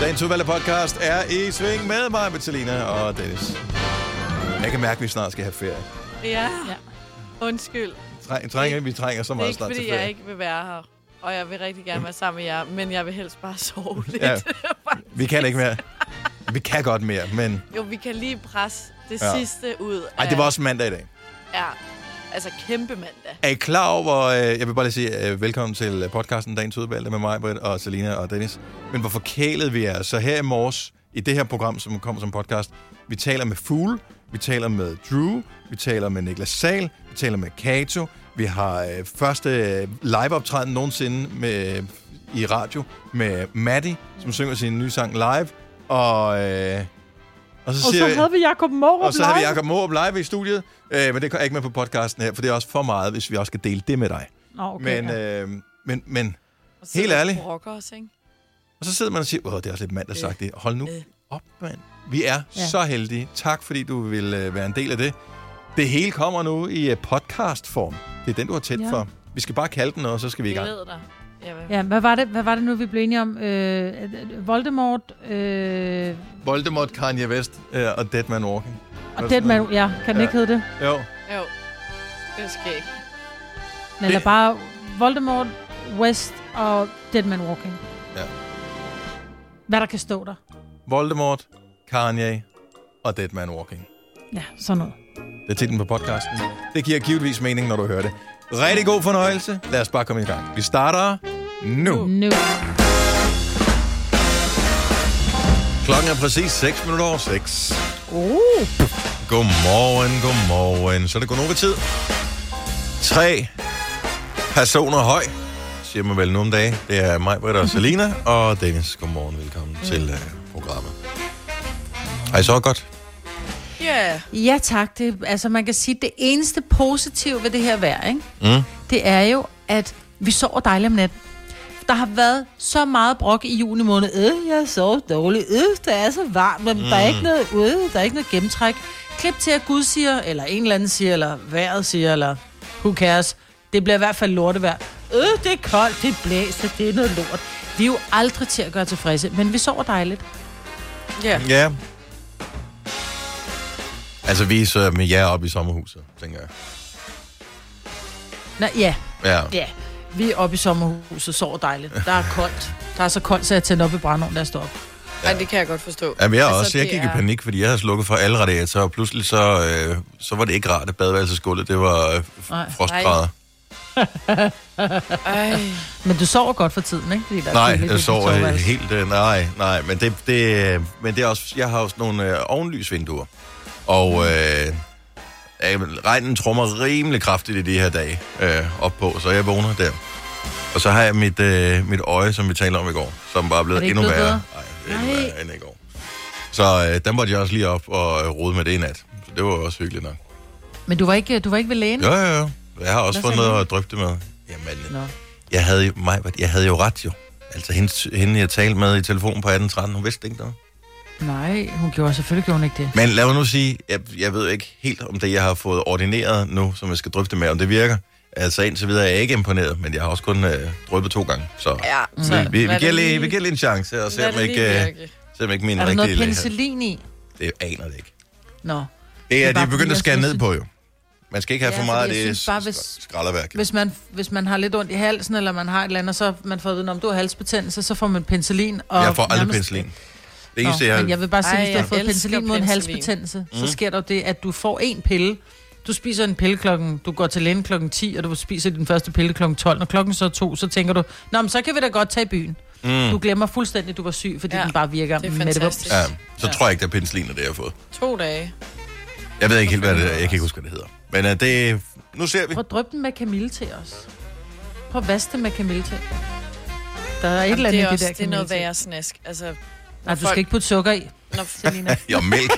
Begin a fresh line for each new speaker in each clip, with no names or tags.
Dagens udvalgte podcast er i sving med mig, Vitalina og Dennis. Jeg kan mærke, at vi snart skal have ferie.
Ja. ja. Undskyld.
Træ, trænger, vi trænger så
Det er
meget
ikke,
snart til
fordi
ferie.
jeg ikke vil være her. Og jeg vil rigtig gerne være sammen med jer, men jeg vil helst bare sove lidt.
Ja.
Ja.
Vi kan ikke mere. Vi kan godt mere, men...
jo, vi kan lige presse det
Ja.
ja. sidste ud.
Ej, det var også mandag i dag.
Ja, altså kæmpe mandag.
Er I klar over, øh, jeg vil bare lige sige øh, velkommen til øh, podcasten Dagens Udvalgte med mig, Britt og Selina og Dennis. Men hvor forkælet vi er. Så her i morges, i det her program, som kommer som podcast, vi taler med Fugle, vi taler med Drew, vi taler med Niklas Sal, vi taler med Kato, vi har øh, første øh, liveoptræden nogensinde med, øh, i radio med Maddie, som synger sin nye sang live, og... Øh, og så,
Og
siger
så
vi-
havde vi Jacob Morup
og så har vi
live.
Jacob Morup live i studiet, øh, men det er ikke med på podcasten her, for det er også for meget, hvis vi også skal dele det med dig.
Nå, okay.
Okay, men,
ja.
øh, men, men,
Og så sidder
Helt
vi og
ærligt.
brokker os, ikke?
og så sidder man og siger, åh, det er også lidt mandag sagt det. Hold nu
Øh.
op, mand. Vi er
Ja.
så heldige. Tak, fordi du vil øh, være en del af det. Det hele kommer nu i øh, podcastform. Det er den, du har tæt
Ja.
for. Vi skal bare kalde den, og så skal vi i gang.
Glæd dig. Ja, hvad?
ja, hvad var, det, hvad var det nu, vi blev enige om? Øh, at- at Voldemort øh,
Voldemort, Kanye West øh, og Dead Man Walking.
og Deadman, ja, kan den
Ja.
ikke hedde det?
Jo.
Jo, det skal ikke.
Men det...
Det-
er bare Voldemort, West og Deadman Walking.
Ja.
Hvad der kan stå der.
Voldemort, Kanye og Dead Man Walking.
Ja, sådan noget.
Det er titlen på podcasten. Det giver givetvis mening, når du hører det. Rigtig god fornøjelse. Lad os bare komme i gang. Vi starter nu.
Nu.
Klokken er præcis 6 minutter over 6.
Uh.
Godmorgen, godmorgen. Så er det godnova tid. Tre personer høj, siger man vel nogle dage. Det er mig, Britt og Selina, og Dennis. Godmorgen, velkommen mm. til uh, programmet. Har I så godt?
Ja,
Ja tak, det, altså man kan sige, det eneste positive ved det her vejr, ikke?
Mm.
det er jo, at vi sover dejligt om natten. Der har været så meget brok i juni måned. Øh, jeg sover dårligt. Øh, det er så varmt, men mm. der er ikke noget, øh, der er ikke noget gennemtræk. Klip til, at Gud siger, eller en eller anden siger, eller vejret siger, eller who cares. Det bliver i hvert fald lortevejr. Øh, det er koldt, det blæser, det er noget lort. Vi er jo aldrig til at gøre tilfredse, men vi sover dejligt.
ja.
Ja. Altså, vi er så med jer oppe i sommerhuset, tænker jeg.
Nå, ja,
Ja.
Ja, vi er oppe i sommerhuset, sover dejligt. Der er koldt. Der er så koldt, så jeg tænder op i brændeovnen, der står op.
Ej, det kan jeg godt forstå.
Jamen, jeg,
Altså,
altså, også, jeg
det
gik
er-
i panik, fordi jeg havde slukket for alle radiatorer, og pludselig så, øh, så var det ikke rart, at badeværelsesgulvet, det var øh, f-
Nej.
frostgrader.
Ej,
Men du sover godt for tiden, ikke? Fordi der er
Nej,
køligt i
jeg
dit
sover øh,
soveværelse.
helt... Øh, nej, nej, men det, det, øh, men det er også... Jeg har også nogle øh, ovenlysvinduer,
Mm.
og øh, øh, regnen trummer rimelig kraftigt i de her dage øh, op på, så jeg vågner der. Og så har jeg mit, øh, mit øje, som vi talte om i går, som bare er blevet
Er det ikke
endnu
blevet
værre.
bedre?
Nej, det er endnu
Nej.
værre end i går. Så øh, der måtte jeg også lige op og øh, rode med det i nat. Så det var jo også hyggeligt nok.
Men du var ikke, du var ikke ved lægen?
Jo, jo, jo. Jeg har også
Hvad
fået
sagde
noget
hun?
at drøfte med. Jamen,
Nå.
jeg havde, jo, mig, jeg havde jo ret jo. Altså hende, hende jeg talte med i telefonen på 1813, hun vidste ikke noget.
Nej, hun gjorde selvfølgelig gjorde hun ikke det.
Men lad mig nu sige, jeg, jeg ved ikke helt om det, jeg har fået ordineret nu, som jeg skal drøfte med, om det virker. Altså indtil videre er jeg ikke imponeret, men jeg har også kun øh, drøbet to gange. Så Mm.
ja. Så
vi, vi, vi,
lad
giver
det
lige, vi giver lige en chance og ser,
lad
om
det
ikke,
lige
øh,
virke.
ser, om ikke min
Er der noget
rigtige læge her.
penicillin i?
Det aner det ikke.
Nå.
Det er,
er
de
bare
er begyndt
fordi,
at
jeg
skære
synes,
ned
at-
på jo. Man skal ikke have
Ja,
for meget af
fordi jeg
det
synes bare,
sk-
hvis-
skralderværk. jo.
Hvis man, hvis man har lidt ondt i halsen, eller man har et eller andet, så man får at vide, om du har halsbetændelse, så får man penicillin. Og
Jeg får aldrig
nærmest-
penicillin. Det
Nå,
eneste, jeg,
men jeg vil bare sige,
Ej,
hvis du har
jeg
fået
elsker
penicillin mod en
penicillin.
halsbetændelse, mm. så sker der jo det, at du får en pille. Du spiser en pille klokken, du går til lægen klokken 10, og du spiser din første pille klokken 12. Når klokken så er to, så tænker du, nå, men så kan vi da godt tage i byen. Mm. Du glemmer fuldstændig, at du var syg, fordi
Ja,
ja. den bare virker
det er
med det
fantastisk.
vums.
Ja, så tror jeg ikke, det er penicillin, det jeg har fået.
To dage.
Jeg ved ikke helt, hvad det er. Jeg kan ikke huske, hvad det hedder. Men uh, det... Nu ser vi.
Prøv at dryppe den med kamille til os. Prøv at vaske den med kamille til. Der er et eller andet
det er
i det
også
der
det er
kamille
noget
til.
værre snask. Altså,
Nej, du
folk-
skal ikke putte sukker i,
når...
Selina.
Ja, mælk.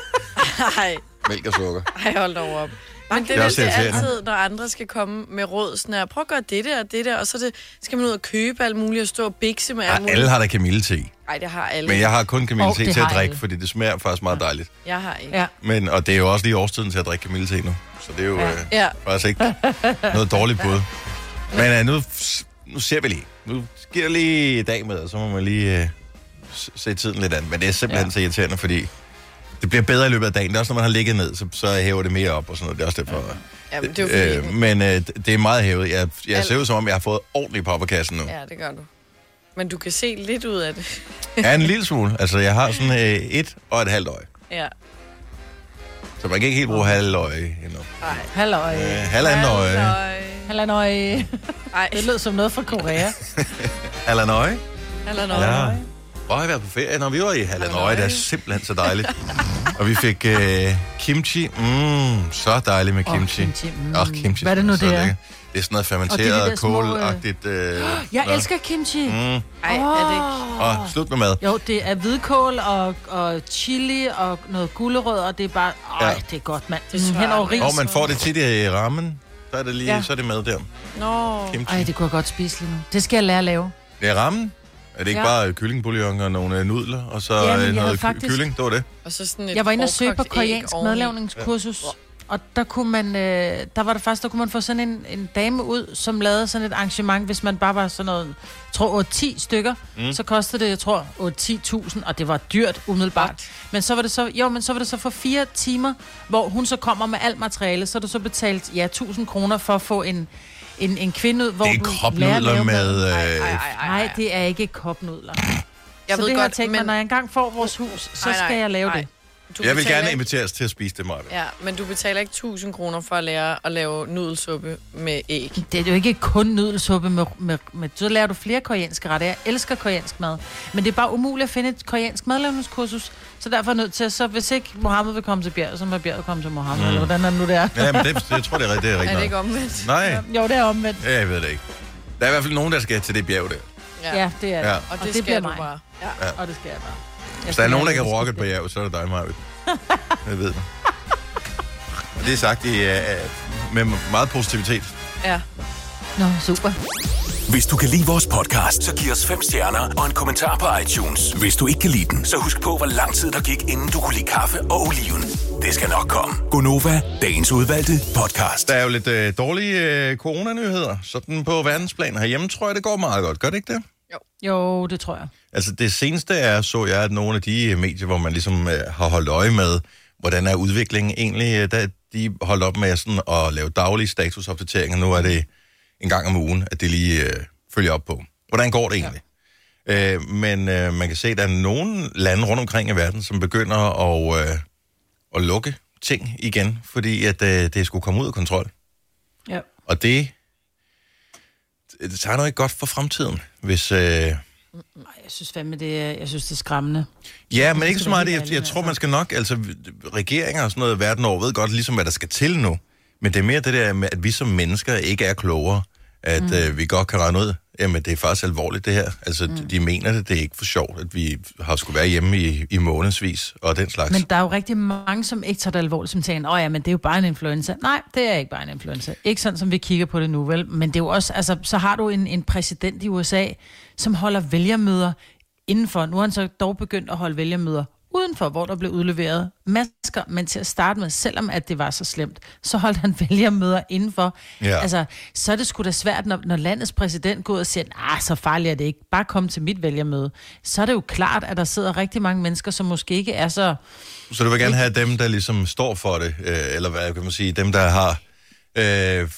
Ej,
Mælk og sukker.
ej, hold dog op. Men det,
er
er
også
det er
irriterende.
altid, når andre skal komme med råd, sådan her, prøv at gøre det der og det der, og så er det, skal man ud og købe alt muligt og stå og bikse med alt
Ja,
muligt.
alle har da kamillete.
Ej, det har alle.
Men jeg har kun
Åh,
kamillete
det
til at
har
drikke,
alle.
fordi det smager faktisk meget dejligt.
Jeg har ikke.
Ja.
Men, og det er jo også lige årstiden til at drikke kamillete nu. Så det er jo øh,
Ja.
faktisk ikke noget dårligt bud. Men øh, nu, nu ser vi lige. Nu sker lige i dag med, og så må man lige øh, s- se tiden lidt an. Men det er simpelthen ja. så irriterende, fordi det bliver bedre i løbet af dagen. Det er også, når man har ligget ned, så, så hæver det mere op og sådan noget. Det er også derfor.
Jamen, det er jo fordi,
øh, men øh, det er meget hævet. Jeg, jeg
Alt.
ser ud som om, jeg har fået ordentligt popperkassen nu.
Ja, det gør du. Men du kan se lidt ud af det.
Ja, en lille smule. Altså, jeg har sådan øh, et og et halvt øje.
Ja.
Så man kan ikke helt bruge halvt øje endnu.
Ej.
Halløj.
Øh, halvandet øje.
Halløj.
Ej,
Det lød som noget fra Korea.
Halvandet øje.
eller
Ja.
noget.
Hvor har jeg været på ferie? Når vi var i Hallanøje,
Hallanøje.
det er simpelthen så dejligt. og vi fik øh, kimchi. Mm, så dejligt med
Åh,
kimchi.
kimchi, mm.
Åh, kimchi.
Hvad er det nu,
så
det er?
lækkert. Det er sådan noget
Og de der
fermenteret,
små, øh,
kålagtigt. Øh,
Jeg
noget.
elsker kimchi.
Mm.
Ej, er det ikke?
Og slut med mad.
Jo, det er hvidkål og, og chili og noget gulerød, og det er bare... Øj,
Ja.
ja. det er godt, mand.
Det
Mm, hen over
smager-
ris.
Og man får det tit i rammen. Så er det lige, ja.
Ja.
så er det med der.
Nå.
Kimchi.
Ej, det kunne jeg godt spise lige nu. Det skal jeg lære at lave.
Det er rammen. Er det ikke ja.
Ja.
bare kyllingbouillon og nogle øh, nudler, og så
Ja, men
øh,
jeg havde
noget ky-
faktisk-
kylling? Det var det.
Og så sådan et
Jeg var inde og søge på
hårdkogt æg
koreansk
oveni.
madlavningskursus, og der kunne man, øh, der var det faktisk, der kunne man få sådan en, en dame ud, som lavede sådan et arrangement, hvis man bare var sådan noget, jeg tror 8-10 stykker, mm. så kostede det, jeg tror, 8-10.000, og det var dyrt umiddelbart. Men så var det så, jo, men så var det så for fire timer, hvor hun så kommer med alt materiale, så har du så betalt, ja, 1000 kroner for at få en, en, en kvinde ud, hvor
Det er
du lærer at
kropnudler
lave mad.
med...
Ej, ej,
Øh,
ej, ej,
Nej, det er ikke kopnudler.
Jeg
Jeg så
ved
det har jeg
godt,
tænkt mig,
men-
når jeg engang får vores hus, så
Nej, nej,
skal jeg lave
nej.
det.
Du
jeg vil
betaler
gerne
ikke-
inviteres til at spise det, Maja.
Ja, men du betaler ikke 1000 kroner for at lære at lave nudelsuppe med æg.
Det er jo ikke kun nudelsuppe med, med, med... Så lærer du flere koreanske retter. Jeg elsker koreansk mad. Men det er bare umuligt at finde et koreansk madlavningskursus. Så derfor er jeg nødt til at... Så hvis ikke Mohammed vil komme til Bjerg, så må Bjerg komme til Mohammed. Mm. Eller hvordan er det nu, det er?
Ja, men det, det, jeg tror, det er rigtigt. Det er
Er
rigtigt.
det
nok.
ikke omvendt?
Nej,
Jo, det er omvendt.
ja, jeg ved det ikke. Der er i hvert fald nogen, der skal til det bjerg der.
Ja, det er
Ja.
det. Ja.
Og det, og det skal
bliver
du
mig.
bare.
Og det skal jeg bare. Jeg
Hvis der
skal
er nogen, der kan
lære det.
rocke et bjerg, så er det dig, Maja. Jeg ved det. Og det er sagt i, uh, med meget positivitet.
Ja.
Nå, super.
Hvis du kan lide vores podcast, så giv os fem stjerner og en kommentar på iTunes. Hvis du ikke kan lide den, så husk på, hvor lang tid der gik, inden du kunne lide kaffe og oliven. Det skal nok komme. Gonova, dagens udvalgte podcast.
Der er jo lidt øh, dårlige øh, coronanyheder. Sådan på verdensplan herhjemme, tror jeg, det går meget godt. Gør det ikke det?
Jo, det tror jeg.
Altså det seneste er, så jeg, at nogle af de øh, medier, hvor man ligesom øh, har holdt øje med, hvordan er udviklingen egentlig, øh, der, de holdt op med sådan at lave daglige statusopdateringer. Nu er det en gang om ugen, at det lige øh, følger op på. Hvordan går det egentlig? Ja. Øh, men øh, man kan se, at der er nogle lande rundt omkring i verden, som begynder at, øh, at lukke ting igen, fordi at øh, det skulle komme ud af kontrol.
Ja.
Og det, det tager noget ikke godt for fremtiden, hvis... Øh,
Ej, jeg synes fandme, det er, jeg synes, det er skræmmende.
Ja, men
skal
ikke så
være
meget.
helt
Jeg,
ærlig,
jeg tror,
altså.
man skal nok... Altså, regeringer og sådan noget verden over ved godt ligesom, hvad der skal til nu. Men det er mere det der med, at vi som mennesker ikke er klogere. At mm. øh, vi godt kan regne ud, jamen det er faktisk alvorligt det her. Altså, mm. de mener det. Det er ikke for sjovt, at vi har skulle være hjemme i, i månedsvis og den slags.
Men der er jo rigtig mange, som ikke tager det alvorligt, som tænker, åh ja, men det er jo bare en influenza. Nej, det er ikke bare en influenza. Ikke sådan, som vi kigger på det nu, vel? Men det er jo også, altså, så har du en, en præsident i USA, som holder vælgermøder indenfor. Nu har han så dog begyndt at holde vælgermøder udenfor, hvor der blev udleveret masker, men til at starte med, selvom at det var så slemt, så holdt han vælgermøder indenfor.
Ja.
Altså, så er det sgu da svært, når, når landets præsident går ud og siger, ah, så farligt er det ikke, bare kom til mit vælgermøde. Så er det jo klart, at der sidder rigtig mange mennesker, som måske ikke er så
Så du vil gerne have dem, der ligesom står for det, øh, eller hvad kan man sige, dem, der har øh,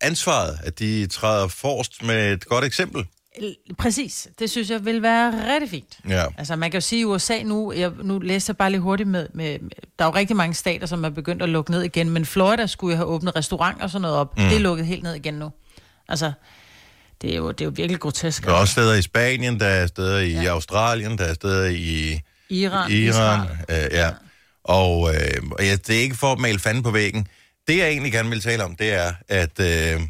ansvaret, at de træder forrest med et godt eksempel.
L- Præcis. Det synes jeg vil være rigtig fint.
Ja.
Altså, man kan jo sige, at USA nu, jeg, nu læser jeg bare lige hurtigt med, med, med, der er jo rigtig mange stater, som er begyndt at lukke ned igen, men Florida skulle jo have åbnet restauranter og sådan noget op. Mm. Det er lukket helt ned igen nu. Altså, det er jo, det er jo virkelig grotesk.
Der er også steder i Spanien, der er steder i ja. Australien, der er steder i
Iran,
Iran.
Israel.
Øh, ja. Og, øh, og ja, det er ikke for at male fanden på væggen. Det, jeg egentlig gerne vil tale om, det er, at øh,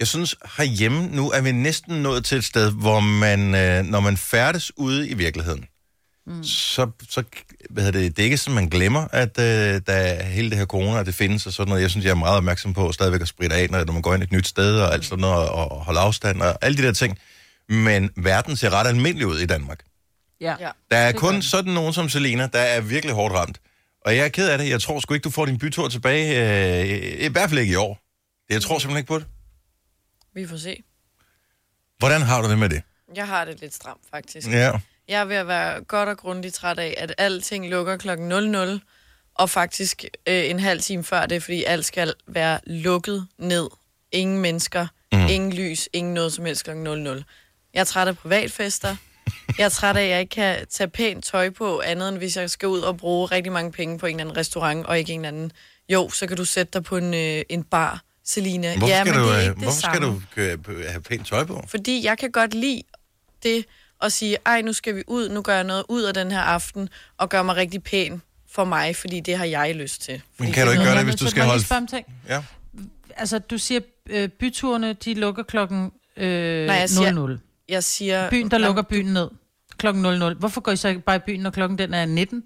jeg synes, herhjemme nu er vi næsten nået til et sted, hvor man, øh, når man færdes ude i virkeligheden, mm. så, så hvad hedder det, det er ikke sådan, man glemmer, at øh, der er hele det her corona, og det findes og sådan noget. Jeg synes, jeg er meget opmærksom på stadigvæk at spritte af, når når man går ind et nyt sted og alt sådan noget, og, og holde afstand og alle de der ting. Men verden ser ret almindelig ud i Danmark.
Ja.
Ja.
ja.
Der er kun sådan nogen som Selina, der er virkelig hårdt ramt. Og jeg er ked af det. Jeg tror sgu ikke, du får din bytur tilbage. Øh, I hvert fald ikke i år. Jeg tror simpelthen ikke på det.
Vi får se.
Hvordan har du det med det?
Jeg har det lidt stramt, faktisk.
Ja.
Jeg er ved at være godt og grundigt træt af, at alting lukker klokken 00, og faktisk øh, en halv time før det, fordi alt skal være lukket ned. Ingen mennesker, mm.
Mhm.
ingen lys, ingen noget som helst klokken 00. Jeg er træt af privatfester. Jeg er træt af, at jeg ikke kan tage pænt tøj på, andet end hvis jeg skal ud og bruge rigtig mange penge på en eller anden restaurant, og ikke en eller anden... Jo, så kan du sætte dig på en, øh, en bar, Selina.
Hvorfor
ja,
skal,
men
du,
det er
øh,
ikke det
hvorfor skal
samme.
du øh, have pænt tøj på?
Fordi jeg kan godt lide det at sige, ej, nu skal vi ud, nu gør jeg noget ud af den her aften, og gør mig rigtig pæn for mig, fordi det har jeg lyst til. Fordi
kan du
er
ikke gøre
noget-
det, hvis du skal holde- Ja.
Altså, du siger, øh, byturene, de lukker klokken øh,
Nej, jeg siger-
00.
Jeg siger...
Byen, der lukker byen ned klokken 00. Hvorfor går I så ikke bare i byen, når klokken den er 19?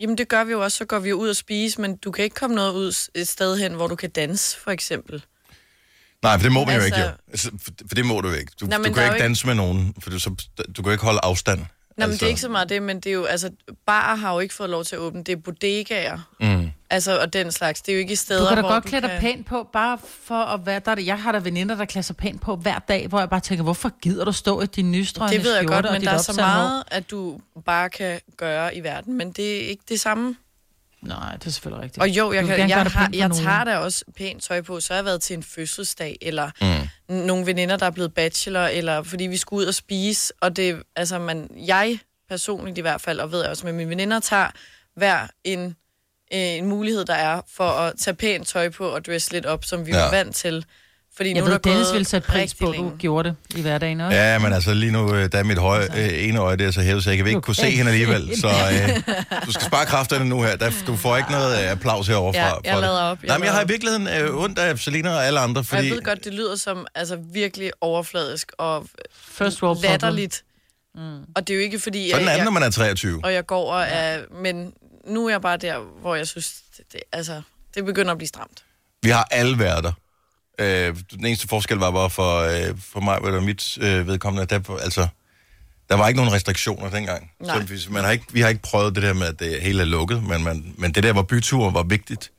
Jamen, det gør vi jo også, så går vi jo ud og spise, men du kan ikke komme noget ud s- et sted hen, hvor du kan danse, for eksempel.
Nej, for det må man
Altså-
jo ikke, jo. Altså, for, for det må du jo ikke. Du,
Nej,
du
men
kan
der er
jo
jo
ikke
ikke-
danse med nogen, for du, så, du kan jo ikke holde afstand.
Nå, men det er ikke så meget det, men det er jo, altså, barer har jo ikke fået lov til at åbne, det er bodegaer,
Mm.
altså, og den slags. Det er jo ikke steder,
Du kan da
hvor
godt
du
klæde dig
kan...
pænt på, bare for at være der. er- Jeg har da veninder, der klæder sig pænt på hver dag, hvor jeg bare tænker, hvorfor gider du stå i din nystrøgne
Det ved jeg
skjorte
godt,
og
men
dit
der er så
opsatte hår?
meget, at du bare kan gøre i verden, men det er ikke det samme.
Nej, det er selvfølgelig rigtigt.
Og jo, jeg,
Du vil gerne
kan, jeg,
gøre det
har,
pænt for
jeg
nogen.
tager da også pænt tøj på, så har jeg været til en fødselsdag, eller mm. nogle veninder, der er blevet bachelor, eller fordi vi skulle ud og spise, og det, altså man, jeg personligt i hvert fald, og ved jeg også med mine veninder, tager hver en, øh, en mulighed, der er for at tage pænt tøj på og dress lidt op, som vi
Ja.
ja. var vant til. Fordi
Jeg
nu er
ved,
der
Dennis
gået
ville sætte pris
rigtig
på, at
længe.
du gjorde det i hverdagen også.
Ja, men altså lige nu, øh, der er mit høje,
Altså.
øh, ene øje der, så hævet, så jeg kan ikke kunne se hende alligevel. Så øh, du skal spare kræfterne nu her. Der, du får ikke noget øh, applaus herovre
Ja,
fra.
jeg
for det.
lader op, jeg
Nej, men jeg
lader
har i
op.
virkeligheden øh, ondt af Selina og alle andre,
Og
fordi...
jeg ved godt, det lyder som altså, virkelig overfladisk og
First world problem.
latterligt. Mm. Og det er jo ikke fordi...
Sådan
jeg-
er det,
jeg-
når man er 23.
og jeg går og er... Men nu er jeg bare der, hvor jeg synes, det, det, altså, det begynder at blive stramt.
Vi har alle været der. Øh, den eneste forskel var bare for, øh, for mig og mit øh, vedkommende, at der, altså, der var ikke nogen restriktioner dengang.
Nej.
Så hvis man har ikke, vi har ikke prøvet det der med, at det hele er lukket, men, man, men det der, hvor byture var vigtigt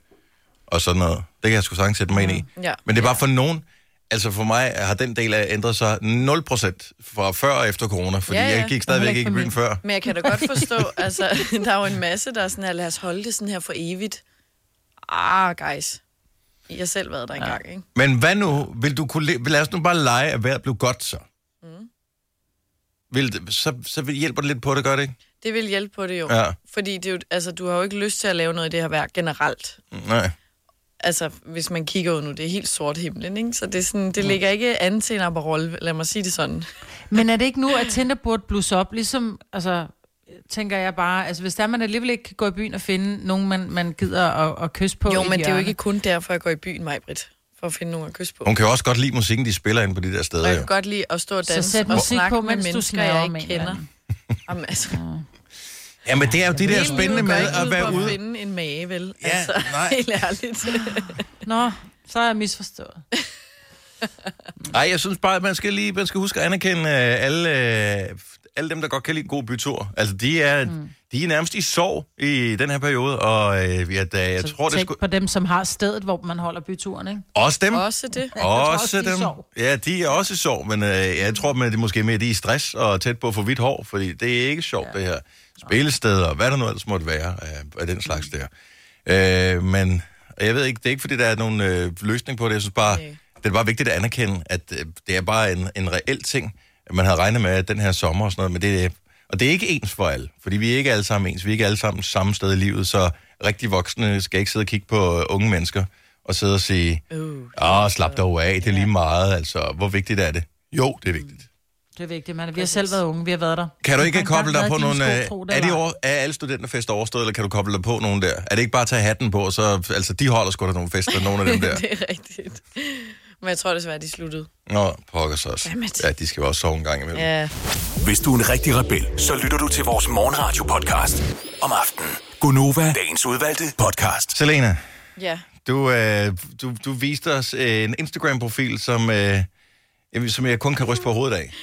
og sådan noget, det kan jeg sgu sagtens sætte mig ind i.
Mm. Ja.
Men det er bare for nogen, altså for mig har den del af ændret sig 0% fra før og efter corona, fordi
Ja,
ja,
ja.
ja. jeg gik stadigvæk
Heller
ikke
ikke
i
for
byen
mig.
før.
Men jeg kan da godt forstå, altså, der er jo en masse, der er sådan her, lad os holde det sådan her for evigt. Ah, guys. I har selv været der engang, ikke?
Men hvad nu? Vil du kunne le- lad os nu bare lege, at vejret blev godt så. Mm. Vil det, så, så vil- hjælper det lidt på det, gør det ikke?
Det vil hjælpe på det jo.
Ja.
Fordi det er jo, altså, du har jo ikke lyst til at lave noget i det her vejr generelt.
Mm, Nej.
Altså, hvis man kigger ud nu, det er helt sort himlen, ikke? Så det, er sådan, det ligger ikke an til en Aperol, lad mig sige det sådan.
Men er det ikke nu, at Tinder burde blusse op? Ligesom, altså, tænker jeg bare, altså hvis der man alligevel ikke kan gå i byen og finde nogen, man, man gider at, at kysse på.
Jo,
i et
men det er jo
hjørne.
ikke kun derfor, jeg går i byen, Majbrit. For at finde nogen at kysse på.
Hun kan jo også godt lide musikken, de spiller inde på de der
Og
steder.
jeg
Jo.
kan godt lide at stå og
Så
danse
sæt
og
musik
snakke
på,
med
mens du
mennesker,
snaver
jeg
med en
ikke kender.
eller
Jamen, altså,
Ja, men det er jo det der
hele livet
spændende
går
med
ikke ud
at være
på
ude.
at finde en mage, vel?
Ja,
altså,
nej.
Helt ærligt.
Nå, så er jeg misforstået.
Nej, jeg synes bare, at man skal, lige, man skal huske at anerkende øh, alle, øh, alle dem, der godt kan lide en god bytur. Altså, de er, mm. de er nærmest i sorg i den her periode, og øh, ja, da, jeg
Så
tror, det
tænk
skulle...
på dem, som har stedet, hvor man holder byturen, ikke?
Også dem.
Også det.
tror
Også,
også, de er i
dem.
sorg.
Ja, de er også i sorg, men øh, jeg tror, at det måske mere de er i stress og tæt på at få hvidt hår, fordi det er ikke sjovt, ja. det her. Spillesteder og hvad der nu ellers måtte være af, af den slags der. Øh, men og jeg ved ikke, det er ikke, fordi der er nogen øh, løsning på det. Jeg synes bare,
Nej.
det er bare vigtigt at anerkende, at øh, det er bare en, en reel ting, at man havde regnet med at den her sommer og sådan noget, men det er, og det er ikke ens for alle, fordi vi er ikke alle sammen ens. Vi er ikke alle sammen samme sted i livet, så rigtig voksne skal ikke sidde og kigge på øh, unge mennesker og sidde og sige,
Uh,
Åh, oh, slap dog af, det er lige meget, altså. Hvor vigtigt er det? Jo, det er vigtigt.
Det er vigtigt, man. Vi har selv været unge, vi har været der.
Kan du
Har
ikke
engang
koble dig
været
på
i
nogle...
dine
øh,
skotro, der
Er, det
var-
over, er alle studenterfester overstået, eller kan du koble dig på nogen der? Er det ikke bare at tage hatten på, og så... Altså, de holder sgu da nogle fester, nogle af dem der.
det er rigtigt. Men jeg tror desværre, de sluttede.
Nå, pokker så også.
Dammit.
Ja, de skal jo også sove en gang imellem.
Ja.
Hvis du er en rigtig rebel, så lytter du til vores morgenradio-podcast om aftenen. Gunova, dagens udvalgte podcast.
Selena,
Ja.
du, øh, du, du viste os øh, en Instagram-profil, som, øh, jamen, som jeg kun kan ryste på hovedet af.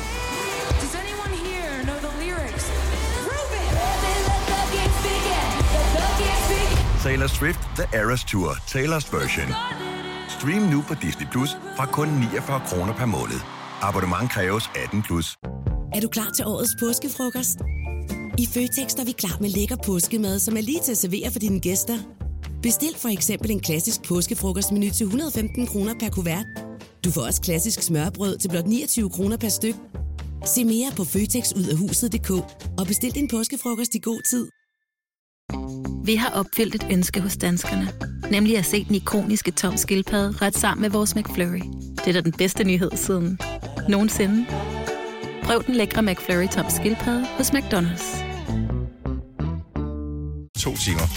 Taylor Swift The Eras Tour, Taylor's version. Stream nu på Disney Plus fra kun 49 kroner per måned. Abonnement kræves 18 plus.
Er du klar til årets påskefrokost? I Føtex er vi klar med lækker påskemad, som er lige til at servere for dine gæster. Bestil for eksempel en klassisk påskefrokostmenu til 115 kroner per kuvert. Du får også klassisk smørbrød til blot 29 kroner per styk. Se mere på føtexudafhuset.dk og bestil din påskefrokost i god tid.
Vi har opfyldt et ønske hos danskerne. Nemlig at se den ikoniske tom skildpadde ret sammen med vores McFlurry. Det er da den bedste nyhed siden nogensinde. Prøv den lækre McFlurry tom skildpadde hos McDonald's.
to timer.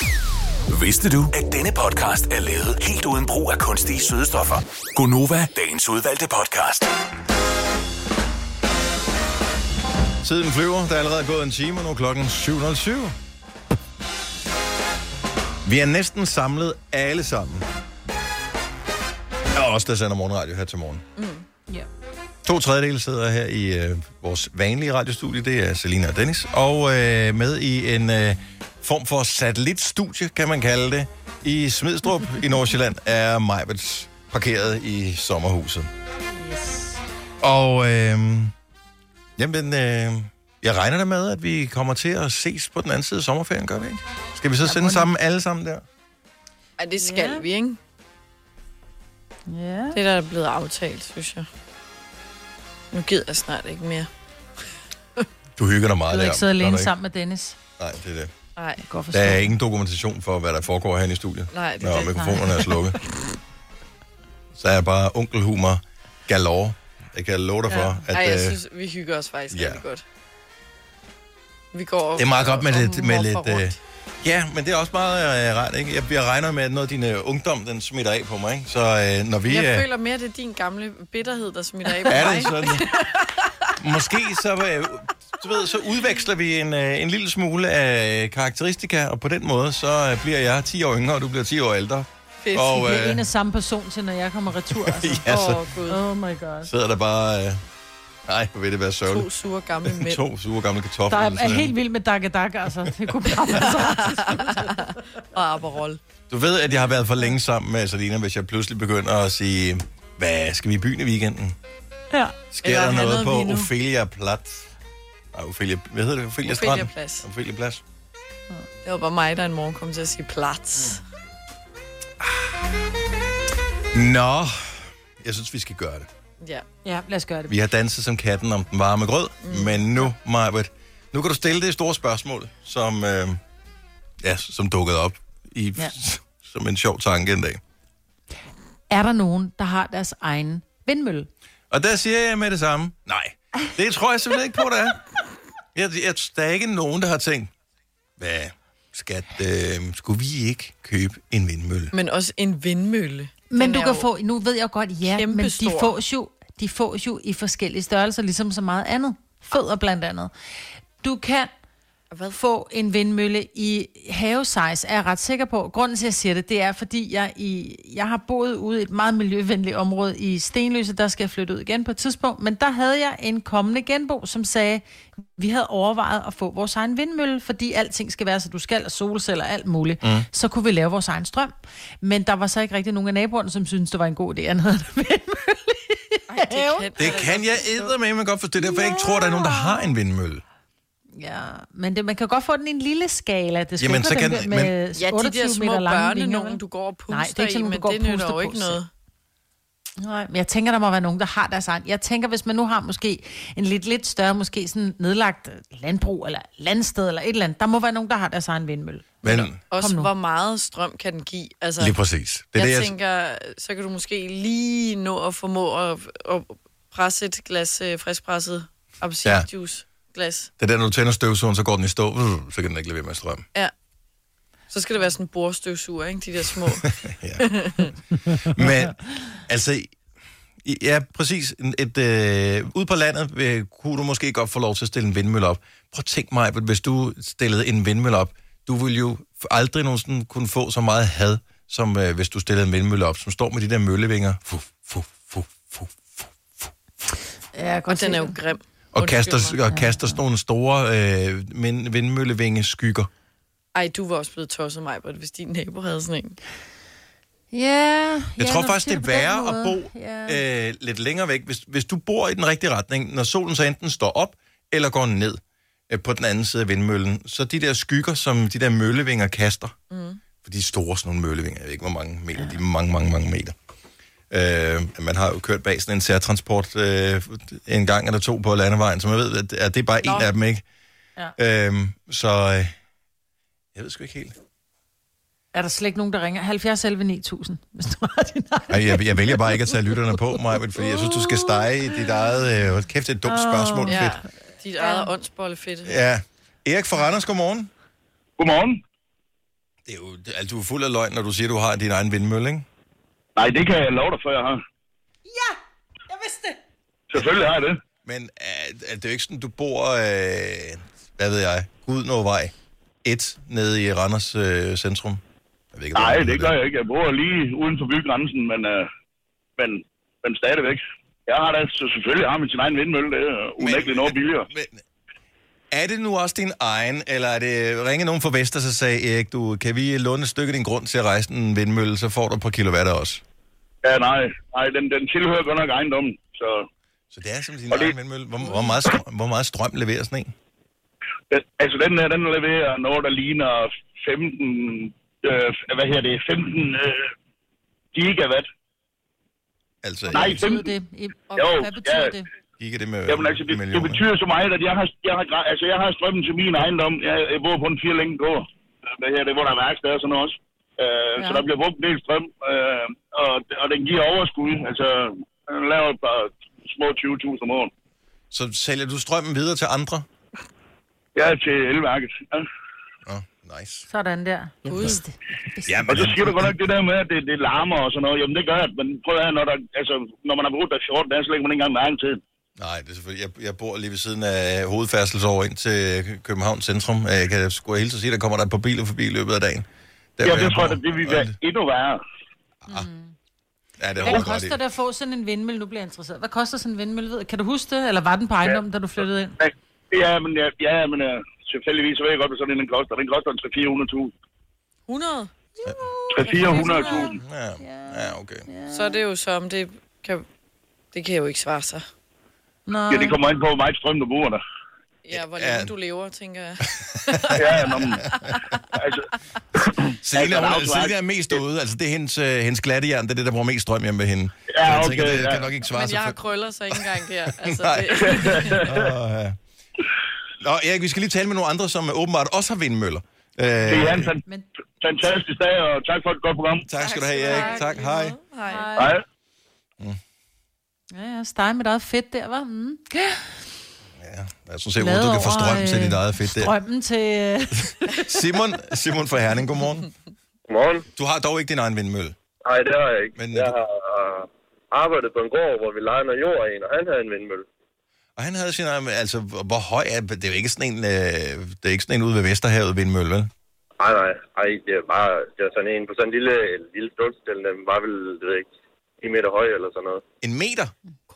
Vidste du, at denne podcast er lavet helt uden brug af kunstige sødestoffer? Gonova, dagens udvalgte podcast.
Tiden flyver. Der er allerede gået en time, og nu er klokken 7.07. Vi er næsten samlet alle sammen. Og også der sender morgenradio her til morgen. Mm.
ja.
To tredjedele sidder her i øh, vores vanlige radiostudie. Det er Selina og Dennis. Og øh, med i en øh, form for satellitstudie, kan man kalde det, i Smidstrup i Nordsjælland, er Majbets parkeret i sommerhuset.
Yes.
Og øh, jamen, øh, jeg regner da med, at vi kommer til at ses på den anden side af sommerferien, gør vi ikke? Skal vi så sende sammen alle sammen der?
Ej, det skal
Ja.
vi, ikke?
Ja.
Det der er blevet aftalt, synes jeg. Nu gider jeg snart ikke mere.
Du hygger dig meget
Du
der.
har ikke siddet
gør
alene
du
sammen med Dennis.
Nej, det er det.
Nej,
Godt forstå.
Der er ingen dokumentation for, hvad der foregår herinde i studiet.
nej, det
Når
er det.
mikrofonerne er slukket. Så er bare onkelhumor galore. Jeg kan love dig
Ja.
for, at
Ej, jeg
øh,
synes, vi hygger os faktisk
ja.
ja. rigtig godt. Vi går
det er meget godt med
og-
lidt...
og
Med
morfer
lidt øh,
rundt.
ja, men det er også meget øh, rart, ikke? Jeg, jeg regner med, at noget af din øh, ungdom, den smitter af på mig, ikke? Så øh, når vi...
Jeg
øh,
føler mere, det er din gamle bitterhed, der smitter af på
Er det
mig.
sådan? Måske så, øh, du ved, så udveksler vi en, øh, en lille smule af øh, karakteristika, og på den måde, så øh, bliver jeg 10 år yngre, og du bliver 10 år ældre.
Fedt.
Og
Det er
øh,
en og samme person til, når jeg kommer retur. Altså.
ja, så
Åh, Gud.
Oh my god.
sidder der bare øh, Nej, hvor vil det være
To
sørgeligt.
sure gamle mænd.
To sure gamle kartofler.
Der er,
ved
er
siden af
helt vild med dakke dakke, altså. Det kunne bare være så.
og Aperol.
Du ved, at jeg har været for længe sammen med Salina, hvis jeg pludselig begynder at sige, hvad skal vi i byen i weekenden?
Ja.
Sker
Eller
der
have
noget
noget
på
vino."
Ophelia Plat? Nej, Ophelia, hvad hedder det? Ophelia, Strand?
Ophelia Plads.
Ophelia Plads.
Det var bare mig, der en morgen kom til at sige plats.
Nå, jeg synes, vi skal gøre det.
Ja.
ja, lad os gøre det.
Vi har danset som katten om den varme grød, mm. men nu, Majbert, nu kan du stille det store spørgsmål, som, øh, ja, som dukkede op i, ja.
Ja.
som en sjov tanke en dag.
Er der nogen, der har deres egen vindmølle?
Og der siger jeg med det samme, nej, det tror jeg simpelthen ikke på, der er. Jeg, jeg, der er ikke nogen, der har tænkt, hvad, skat, øh, skulle vi ikke købe en vindmølle?
Men også en vindmølle.
Men
Den
du
er
kan
jo
få, nu ved jeg godt, ja, men de
kæmpestor.
fås, jo, de fås jo i forskellige størrelser, ligesom så meget andet. Fødder blandt andet. Du kan
Hvad?
få en vindmølle i havesize, er jeg ret sikker på. Grunden til, at jeg siger det, det er, fordi jeg, i, jeg har boet ude i et meget miljøvenligt område i Stenløse. Der skal jeg flytte ud igen på et tidspunkt. Men der havde jeg en kommende genbo, som sagde, vi havde overvejet at få vores egen vindmølle, fordi alting skal være, så du skal, og solceller og alt muligt. Mm. Så kunne vi lave vores egen strøm. Men der var så ikke rigtig nogen af naboerne, som syntes, det var en god idé, at han havde en vindmølle.
Ej, det kan,
Det kan jeg eddermame godt forstå, det er derfor jeg ikke tror, der er nogen, der har en vindmølle.
Ja, men det, man kan godt få den i en lille skala. Det skal
Jamen,
ikke
så
være
kan-
den der med
Ja, de
28
der små
meter lange
børne,
vinger,
nogen
vel?
du går og puster
Nej, det er ikke sådan,
i,
nogen,
men
du går
det
og
nytter
puster
jo
på,
ikke
så-
noget.
Nej, men jeg tænker, der må være nogen, der har deres egen. Jeg tænker, hvis man nu har måske en lidt, lidt større, måske sådan nedlagt øh, landbrug eller landsted eller et eller andet, der må være nogen, der har deres egen vindmølle.
Men
Også
Kom nu.
hvor meget strøm kan den give. Altså,
lige præcis. Det er
jeg
det, jeg,
tænker, så kan du måske lige nå at formå at, at presse et glas øh, friskpresset appelsinjuice glas.
Det er der, når du tænder støvsugeren, så går den i stå, Vuh, så kan den ikke levere med strøm.
Ja. Så skal det være sådan en bordstøvsuger, ikke? De der små.
Men altså, i- ja, præcis. En- Et, øh, ude på landet øh, kunne du måske godt få lov til at stille en vindmølle op. Prøv at tænk mig, hvis du stillede en vindmølle op, du ville jo f- aldrig nogensinde kunne få så meget had, som øh, hvis du stillede en vindmølle op, som står med de der møllevinger fu, fu, fu, fu,
Ja, jeg
Og den er jo grim.
og,
Undskyld
kaster,
mig.
og kaster sådan nogle store øh, min- vindmøllevingeskygger.
Ej, du var også blevet tosset mig, hvis din nabo havde sådan en.
Ja,
Jeg
ja,
ja, tror
når
faktisk,
du
det
siger
er
på den
værre at
måde.
bo
Ja.
ja. øh, lidt længere væk. Hvis, hvis du bor i den rigtige retning, når solen så enten står op eller går ned øh, på den anden side af vindmøllen, så de der skygger, som de der møllevinger kaster, mm. for de er store sådan nogle møllevinger, jeg ved ikke hvor mange meter, ja. de er mange, mange, mange meter. Øh, man har jo kørt bag sådan en særtransport øh, en gang eller to på landevejen, så man ved, at- at det er bare en af dem, ikke? Ja. Øh, så øh, jeg ved sgu ikke helt.
Er der slet ikke nogen, der ringer? 70 11 9000, hvis du har din egen.
Ej, jeg, jeg vælger bare ikke at tage lytterne på mig, men fordi jeg synes, du skal stege i dit eget... Øh, hold kæft, det er et dumt spørgsmål,
Ja,
fedt.
dit eget åndsbolle fedt. Ja.
Ja. Erik fra Randers, godmorgen.
Godmorgen.
Det er jo, det- altså, du er fuld af løgn, når du siger, du har din egen vindmølle, ikke?
Nej, det kan jeg love dig for, jeg har.
Jeg vidste det.
Selvfølgelig har jeg det.
Men øh, er det jo ikke sådan, du bor... Øh, hvad ved jeg? Gudnåvej 1 nede i Randers øh, centrum? Jeg ved ikke,
Nej, det gør jeg ikke. Jeg bor lige uden for bygrænsen, men, øh, men, men stadigvæk. Jeg har da så selvfølgelig har min sin egen vindmølle, det er unægteligt noget billigere.
Men, er det nu også din egen, eller er det ringe nogen fra Vester, så sagde Erik, du, kan vi låne et stykke af din grund til at rejse en vindmølle, så får du et par kilowatt også?
Ja, nej, nej den, den tilhører godt nok ejendommen, så
Så det er simpelthen
Og
din
det-
egen vindmølle. Hvor, hvor, meget strøm, hvor meget strøm leverer sådan en?
den, altså den der, den leverer noget, der ligner 15, øh, hvad her det, 15 øh, gigawatt.
Altså,
Nej,
jeg-
Betyder
15,
det? I- Og
Jo,
hvad betyder
ja.
det?
Ikke det med
Jamen altså, det, det
millioner.
betyder så meget, at jeg har, jeg har, gra- altså, jeg har strømmen til min ejendom. Jeg, jeg bor på en fire længe gård. Øh, Hvad her, det er, hvor der er værksted og sådan noget også. Øh,
Ja.
Så der bliver brugt en del strøm, øh, og, og den giver overskud. Altså, den laver et par små 20.000 om året.
Så sælger du strømmen videre til andre?
Jeg er til elværket. Ja.
Åh, oh, nice.
Sådan der. Jeg vidste det.
Og så siger du godt nok det der med, at det, det larmer og sådan noget. Jamen, det gør det. Men prøv at høre, når, der, altså, når man har brugt der 14 dage, så lægger man ikke engang mærke til det.
Nej, det er selvfølgelig. Jeg, jeg bor lige ved siden af hovedfærdselsåret ind til København Centrum. Jeg kan sgu hele tiden sige, der kommer der et par biler forbi i løbet af dagen. Der,
Ja,
hvor
det
jeg
tror jeg,
bor.
det, det vil
Og
være endnu værre.
Mm.
Ja, Ah. Ja, det
Hvad
holder godt i.
koster det at få sådan en vindmølle? Nu bliver jeg interesseret. Hvad koster sådan en vindmølle? Ved- Kan du huske det? Eller var den på ejendommen, da du flyttede ind?
Ja, Ja, men, ja, ja, men uh, selvfølgelig så ved jeg godt, hvad sådan en den koster. Den koster en 300-400.000.
100?
300-400.000.
Ja, ja okay.
Så er det jo som, det kan, det kan jo ikke svare sig.
Nå.
Ja, det kommer ind på, hvor meget strøm du bruger der.
Ja, hvor
Ja.
længe du lever, tænker jeg.
Ja, ja, nå, men, altså, Altså,
Selina, hun,
auto-
Selina er mest ude. Altså, det er hendes, øh, hendes glattejern, det er det, der bruger mest strøm hjemme ved hende. Så
Ja,
jeg
okay,
tænker, det
ja.
kan nok ikke svare
Men
sig.
jeg har
For...
krøller, så ikke engang der. Altså,
Nej.
det,
Åh, ja. Nå, Erik, vi skal lige tale med nogle andre, som øh, åbenbart også har vindmøller. Øh,
det er en fan- fantastisk dag, og tak for et godt program.
Tak skal du have, Erik. Tak, hej.
Hej.
Hej.
Ja, ja, steg med dig fedt der, var. Mm.
Jeg synes, at
Glad
du kan få
over,
strøm
øh,
til dit eget fedt der.
Drømmen til...
Simon, Simon fra Herning, godmorgen.
Godmorgen.
Du har dog ikke din egen vindmølle.
Nej, det har jeg ikke.
Men,
Men,
øh,
jeg
du-
har arbejdet på en gård, hvor vi leger noget jord af en, og han havde en vindmølle.
Og han havde sin egen, altså, hvor høj er det? er jo ikke sådan en, øh, det er ikke sådan en ude ved Vesterhavet vindmølle, vel?
Nej, nej, nej, det er bare det er sådan en på sådan en lille, en lille stålstil, den var vel, det ved jeg ikke, 10 meter høj eller sådan noget.
En meter?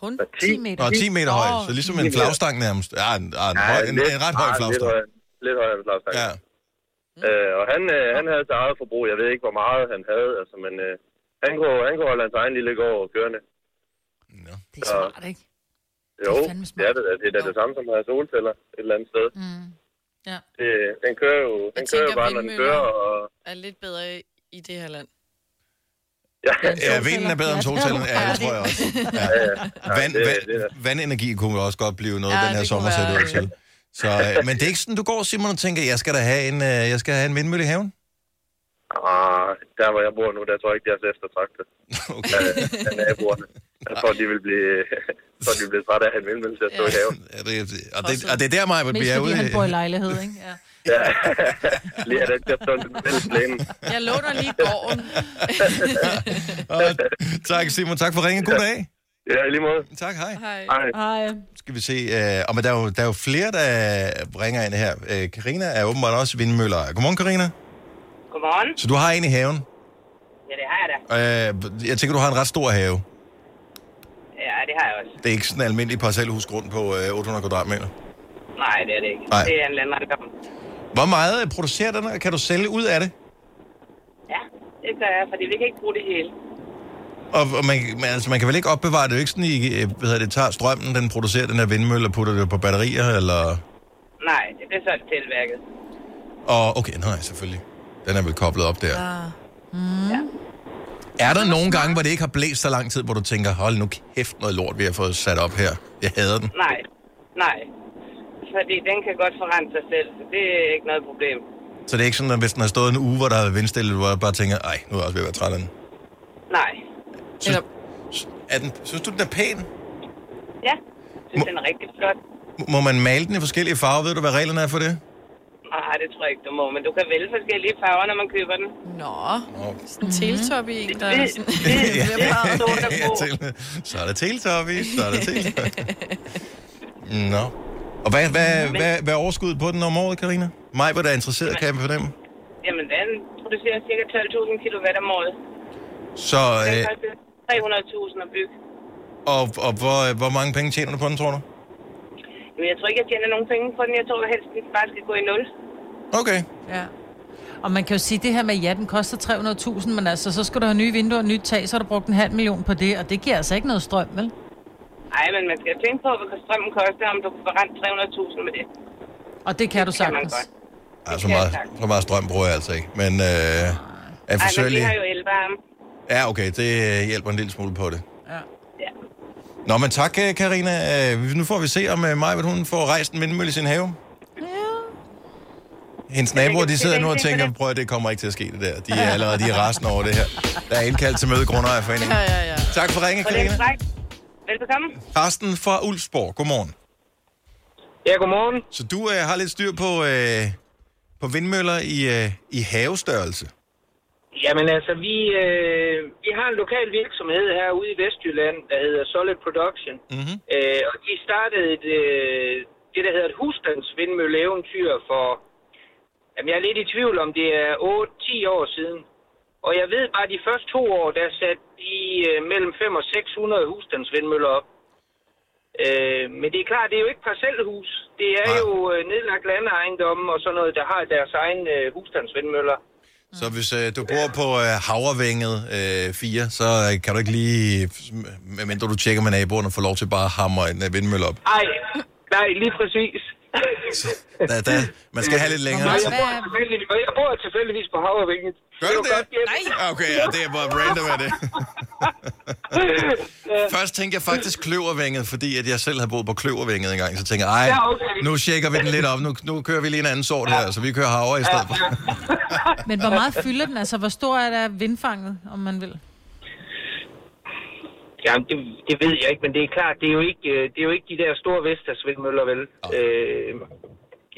Kun
Der er
10 meter.
Nå, 10 meter høj, så ligesom en flagstang nærmest. Ja, en, ja, en, høj, en, en ret høj
ah, Lidt
flagstang.
højere, lidt højere end flagstang.
Ja.
Ja.
Mm.
Øh, og han, øh, han havde sit eget forbrug. Jeg ved ikke, hvor meget han havde, altså, men øh, han, kunne, han kunne holde hans egen lille gård kørende.
Nå.
Det er smart, ikke?
Jo,
Det er fandme smart.
det er det, da. det, er da det samme som at have solceller et eller andet sted.
Mm. Ja.
Det, den kører jo, den kører jo
tænker,
bare, når den
vindmøller-
kører, og...
er lidt bedre i det her land.
Ja,
Ja, vinden er bedre end solcellerne. Ja, det tror jeg også. Ja. Vand,
det-
vand, vandenergi kunne også godt blive noget,
Ja,
den her
det
sommer
kunne
ser det ud
være,
til. Så, øh, men det er ikke sådan, du går, Simon, og tænker, jeg skal da have en, øh, jeg skal have en vindmølle i haven?
Ah, der hvor jeg bor nu, der tror jeg ikke, det er så eftertragtet
Okay.
af, af naboerne. Jeg tror, de vil blive, jeg tror, de vil blive trætte af at have en vindmølle til at stå i haven.
Er det, og, det, og det er der, mig, vi
Mest
er
fordi
ude.
han bor i lejlighed, ikke? Ja.
Ja. Lige at den der står den mellem plænen.
Jeg låner lige gården.
Og, tak, Simon. Tak for ringen. God dag.
Ja, i lige måde.
Tak, hej.
Hej.
Hej.
Ej,
Skal vi se. Øh, og men der er, jo, der er jo flere, der ringer ind her. Øh, Karina er åbenbart også vindmøller. Godmorgen, Karina.
Godmorgen.
Så du har en i haven.
Ja, det har jeg da.
Øh, jeg tænker, du har en ret stor have.
Ja, det har jeg også.
Det er ikke sådan en almindelig parcelhusgrund på øh, 800 kvadratmeter.
Nej, det er det ikke.
Nej.
Det er en landejendom.
Hvor meget øh, producerer den, og kan du sælge ud af det?
Ja, det gør jeg, fordi vi kan ikke bruge det hele.
Og, og man, man, altså, man kan vel ikke opbevare det, det er jo ikke sådan, I, øh, hvad hedder det tager strømmen, den producerer den her vindmølle og putter det på batterier, eller...
Nej, det bliver solgt tilværket.
Og okay, nej, selvfølgelig. Den er vel koblet op der.
Ah. mm.
Er der nogle gange, hvor det ikke har blæst så lang tid, hvor du tænker, hold nu kæft noget lort, vi har fået sat op her. Jeg hader den.
Nej, nej. Fordi den kan godt forrente sig selv, så det er ikke noget problem.
Så det er ikke sådan, at hvis den har stået en uge, hvor der har været vindstille, hvor jeg bare tænker, ej, nu er jeg også ved at være træt af den.
Nej.
Synes, er den, synes du, den er pæn?
Ja, synes,
Må-
den er rigtig flot.
M- Må man male den i forskellige farver? Ved du, hvad reglerne er for det?
Nej, det tror jeg ikke, du må, men du kan vælge forskellige farver, når man køber den.
Nå,
Nå,
sådan en teletop i en, der er
Det-
sådan...
det-
Ja.
det er bare stående
Ja,
på.
til, så er der teletoppe i, så er der teletoppe. Nå. Og hvad, hvad, hvad, hvad er overskuddet på den om året, Karina? Mig, hvor der er interesseret, kan jeg fornemme.
Jamen, den producerer cirka 12.000 kW om året.
Så,
Den
øh,
koster 300.000 at bygge.
og, og hvor, øh, hvor mange penge tjener du på den, tror du?
Men jeg tror ikke, jeg tjener nogen penge på den. Jeg tror helst, den bare skal gå i nul.
Okay.
ja. Og man kan jo sige, at det her med, ja, den koster 300.000, men altså, så skal du have nye vinduer og nyt tag, så har du brugt en halv million på det, og det giver altså ikke noget strøm, vel?
Nej, men man skal tænke på, hvad strømmen koster, om du kan forrente 300.000 med det.
Og det kan du
Det kan man
sagtens.
godt.
Ja, så,
Ja,
Altså, meget,
tak.
så meget strøm bruger jeg altså ikke. Men øh, er jeg
Ej, men vi
forsøgelig?
har jo elvarme.
Ja, okay, det øh, hjælper en lille smule på det.
Ja.
Ja.
Nå, men tak, øh, Karina. Øh, Nu får vi se, om øh, Maja, hun får rejst en vindmølle i sin have. Hendes naboer, de sidder nu og tænker, prøv at det kommer ikke til at ske det der. De er allerede de er rasende over det her. Der er indkaldt til møde i Grundejerforeningen.
ja, ja, ja.
Tak for ringen,
Og det er
Karina.
strakt. Velbekomme.
Karsten fra Ulfsborg, godmorgen.
Ja, godmorgen.
Så du øh, har lidt styr på, øh, på vindmøller i, øh, i havestørrelse.
Jamen altså, vi, øh, vi har en lokal virksomhed herude i Vestjylland, der hedder Solid Production.
Mhm.
Øh, og de startede et, øh, det, der hedder et husstandsvindmølleeventyr for... Jamen, jeg er lidt i tvivl om, det er 8-10 år siden.
Og jeg ved bare, at de første to år, der satte de øh, mellem 5 og 600 husstandsvindmøller op. Øh, men det er klart, det er jo ikke parcelhus. Det er jo øh, nedlagt landeejendomme og sådan noget, der har deres egen øh, husstandsvindmøller.
Så hvis øh, du bor på øh, Havrevænget øh, 4, så øh, kan du ikke lige, medmindre du tjekker med naboerne, få lov til bare at hamre en øh, vindmølle op.
Nej, nej, lige præcis.
Da, da. Man skal have lidt længere.
Nej, jeg bor tilfældigvis, jeg bor tilfældigvis på Havrevinget.
Gør du det? Nej. Okay, ja, det er bare random af det. Først tænkte jeg faktisk kløvervænget, fordi at jeg selv havde boet på kløvervænget engang. Så tænkte jeg, ej,
Ja, okay.
nu tjekker vi den lidt op. Nu, nu kører vi lige en anden sort her, så vi kører havre i stedet for.
Men hvor meget fylder den? Altså, hvor stor er der vindfanget, om man vil?
Jamen, det, det ved jeg ikke, men det er klart, det er jo ikke, øh, det er jo ikke de der store Vestas-vindmøller, vel? Øh,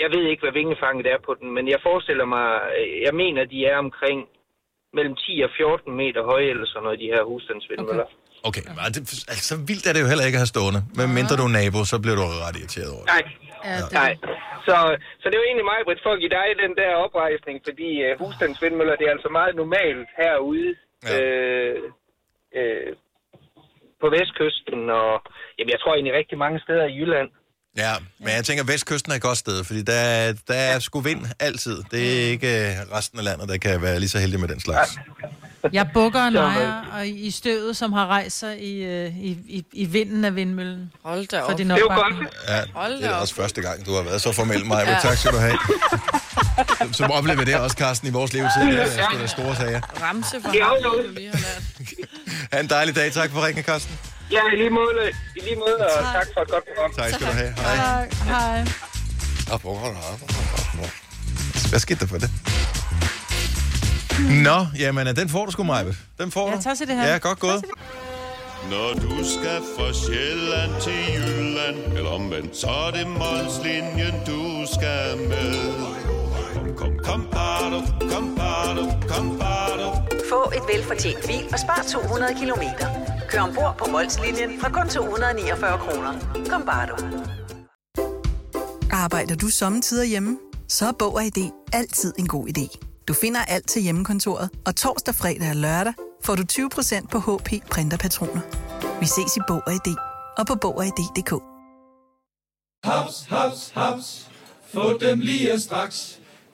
jeg ved ikke, hvad vingefanget er på den, men jeg forestiller mig, øh, jeg mener, de er omkring mellem 10 og 14 meter høje, eller sådan noget, de her husstandsvindmøller. Okay.
Okay, men det, altså så vildt er det jo heller ikke at have stående. Men mindre du er nabo, så bliver du ret irriteret over det.
Nej, nej. Så, så det er jo egentlig mig, Britt, for at give dig den der oprejsning, fordi øh, husstandsvindmøller, det er altså meget normalt herude. Ja. Øh, øh, på vestkysten, og jamen, jeg tror egentlig rigtig mange steder i Jylland.
Ja, men jeg tænker, at Vestkysten er et godt sted, fordi der, der er sgu vind altid. Det er ikke øh, resten af landet, der kan være lige så heldig med den slags.
Jeg bukker en ejer og i i støvet, som har rejst sig i, øh, i, i, i vinden af vindmøllen.
Hold da
For
op.
din
Det er jo
opbakning.
Ja,
Hold
det er
da
da
op.
også første gang, du har været så formel, Maja.
Ja.
Ja. Tak skal du have. Som- Som oplever det også, Carsten, i vores levetid. Det er sgu da store sager.
Ramse for
Jo,
ham,
jo.
vi har lært.
Ha' en dejlig dag. Tak for ringen, Carsten.
Ja, i lige måde, i lige måde og tak for et godt program.
Tak skal du have. Hej.
Tak. Hej.
Hvad skete der for det? Nå, jamen, den får du sgu, Maja. Den får
Ja,
du.
tak skal det have.
Ja, godt gået.
Når du skal fra Sjælland til Jylland, eller omvendt, så er det Molslinjen, du skal med. Kom, kom, kom, bado, kom, bado, kom, bado.
Få et velfortjent bil og spar 200 kilometer. Kør ombord på Molslinjen fra kun 249 kroner. Kom bare du.
Arbejder du sommetider hjemme? Så er Bog og ID altid en god idé. Du finder alt til hjemmekontoret, og torsdag, fredag og lørdag får du 20% på HP printerpatroner. Vi ses i Bog og ID og på Bog og ID.dk.
Haps, haps, haps. Få dem lige straks.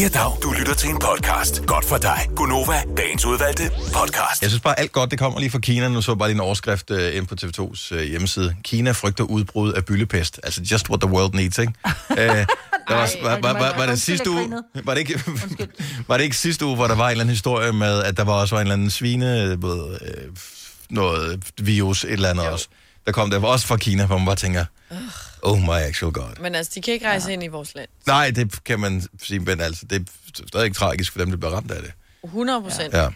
Ja, dag. Du lytter til en podcast. Godt for dig. Gunova, dagens udvalgte podcast.
Jeg synes bare, alt godt det kommer lige fra Kina. Nu så jeg bare lige en overskrift øh, ind på TV2's øh, hjemmeside. Kina frygter udbrud af byllepest. Altså, just what the world needs, ikke? Æh, der var, var, var, var, var det sidste uge... Var det, ikke, var det ikke sidste uge, hvor der var en eller anden historie med, at der var også var en eller anden svine... Øh, ved, øh, noget virus, et eller andet også. Der kom der også fra Kina, hvor man bare tænker, oh my actual god.
Men altså, de kan ikke rejse ja. ind i vores land.
Nej, det kan man sige, men altså, det er stadig tragisk for dem, der bliver ramt af det.
100 procent.
Ja.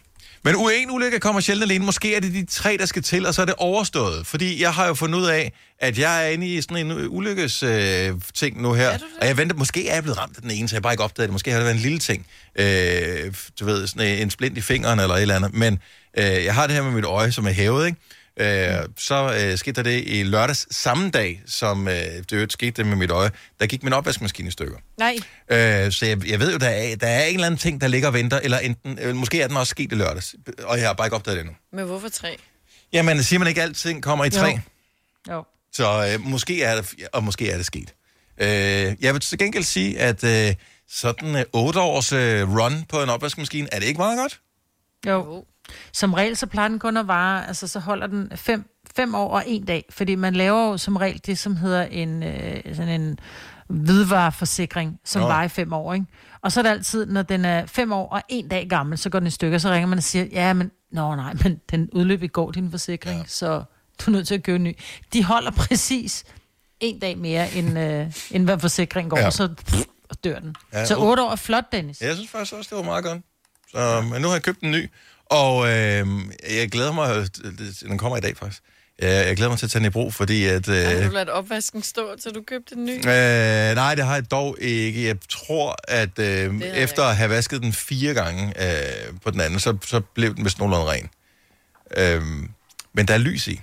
Men u ulykke kommer sjældent alene. Måske er det de tre, der skal til, og så er det overstået. Fordi jeg har jo fundet ud af, at jeg er inde i sådan en ulykkes øh, ting nu her. Og jeg venter, måske er jeg blevet ramt af den ene, så jeg har bare ikke opdaget det. Måske har det været en lille ting. Øh, du ved, sådan en splint i fingeren eller et eller andet. Men øh, jeg har det her med mit øje, som er hævet, ikke? Øh, så øh, skete der det i lørdags samme dag, som øh, det i øvrigt skete det med mit øje. Der gik min opvaskemaskine i stykker.
Nej.
Øh, så jeg, jeg ved jo, der er, der er en eller anden ting, der ligger og venter, eller enten, øh, måske er den også sket i lørdags, og jeg har bare ikke opdaget det endnu.
Men hvorfor tre?
Jamen, siger man ikke, at alting kommer i tre?
Jo. Jo.
Så øh, måske er det, og måske er det sket. Øh, jeg vil til gengæld sige, at øh, sådan øh, 8 års øh, run på en opvaskemaskine, er det ikke meget godt?
Jo. Som regel, så plejer den kun at vare, altså så holder den fem, fem år og en dag, fordi man laver jo som regel det, som hedder en, øh, sådan en hvidvareforsikring, som
Nå.
Nå. varer i fem år, ikke? Og så er det altid, når den er fem år og en dag gammel, så går den i stykker, så ringer man og siger, ja, men, nå nej, men den udløb i går, din forsikring, ja. så du er nødt til at købe en ny. De holder præcis en dag mere, end, øh, end hvad forsikringen går,
Ja.
ja. så og dør den.
Ja,
Ja, så
uh.
8 år er flot, Dennis.
Ja, jeg synes faktisk også, det var meget godt. Så, men nu har jeg købt en ny, og øh, jeg glæder mig, øh, den kommer i dag faktisk. Jeg, jeg glæder mig til at tage den i brug, fordi at... Øh,
Har du ladt opvasken stå, til du købte en ny?
Øh, nej, det har jeg dog ikke. Jeg tror, at øh,
jeg
efter at have vasket den fire gange øh, på den anden, så, så blev den vist nogenlunde ren. Øh, men der er lys i,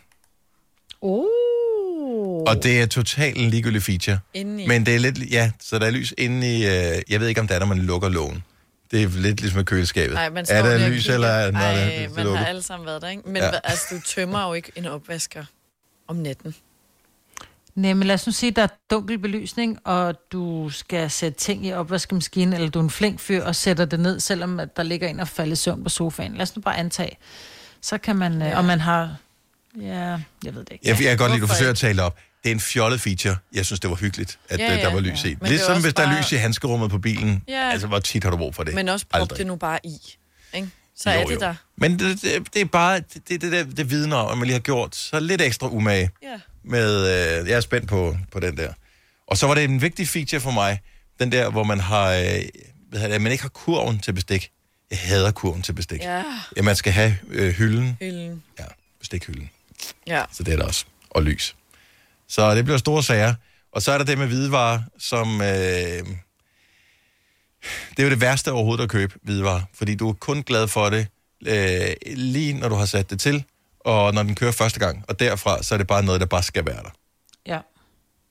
Oh.
og det er totalt en ligegyldig feature.
Indeni.
Men det er lidt, ja, så der er lys inde i, øh, jeg ved ikke om det er, når man lukker lågen. Det er lidt ligesom med køleskabet.
Nej, man står
er der
lige og
lys,
kigger.
eller er
Ej,
det, det, det
man har
lukket?
alle sammen været der, ikke? Men
Ja.
ja. altså, du tømmer jo ikke en opvasker om natten.
Nej, men lad os nu sige, at der er dunkel belysning, og du skal sætte ting i opvaskemaskinen, eller du er en flink fyr og sætter det ned, selvom at der ligger en og falder i søvn på sofaen. Lad os nu bare antage. Så kan man, ja. og man har... Ja, jeg ved det ikke.
Jeg, jeg kan godt lide, at du
Hvorfor
forsøger at
ikke?
tale det op. Det er en fjollet feature. Jeg synes, det var hyggeligt, at
Ja,
ja, ja,
ja,
der var lys i.
ja. Men det er
Ligesom
også
hvis der er
bare-
lys i handskerummet på bilen.
Ja.
Altså, hvor tit har du brug for det?
Men også prop
Aldrig.
det nu bare i, ikke? Så
Jo,
er det
jo.
der.
Men det, det, det er bare det, det, det, der- det vidner om, at man lige har gjort så lidt ekstra umage.
Ja.
Med, øh, jeg er spændt på, på den der. Og så var det en vigtig feature for mig, den der, hvor man har, øh, hvad hedder det, man ikke har kurven til bestik. Jeg hader kurven til bestik.
Ja.
Ja, man skal have øh, hylden,
Hylden.
bestikhylden.
Ja.
Så det er der også. Og lys. Så det bliver store sager. Og så er der det med hvidevarer, som... Øh, det er jo det værste overhovedet at købe hvidevarer, fordi du er kun glad for det, øh, lige når du har sat det til, og når den kører første gang. Og derfra, så er det bare noget, der bare skal være der.
Ja.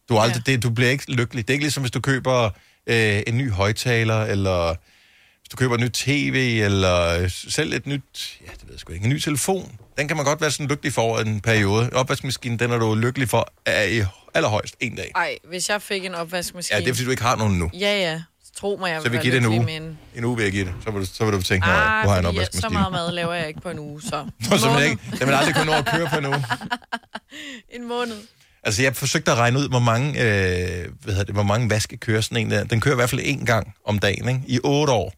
Du, er aldrig, det, du bliver ikke lykkelig. Det er ikke ligesom, hvis du køber øh, en ny højtaler, eller hvis du køber en ny tv, eller øh, selv et nyt, ja, det ved jeg sgu ikke, en ny telefon. Den kan man godt være sådan lykkelig for en periode. Opvaskemaskinen, den er du lykkelig for er i allerhøjst en dag.
Ej, hvis jeg fik en opvaskemaskine...
Ja, det er fordi, du ikke har nogen nu.
Ja, ja. Så Tro mig, jeg
Så vi
være
giver det en
lykkelig
uge.
med en-
En uge vil jeg give det. Så vil du, så vil du tænke, nej,
Ah,
nu har jeg en
fordi jeg, så
opvaskemaskine.
meget mad laver jeg ikke på en uge, så...
Nå, så man, ikke, så man aldrig kunne nå at køre på en uge.
en måned.
Altså, jeg forsøgte at regne ud, hvor mange, øh, hvad hedder det, hvor mange vaske kører sådan en der. Den kører i hvert fald én gang om dagen, ikke? I otte år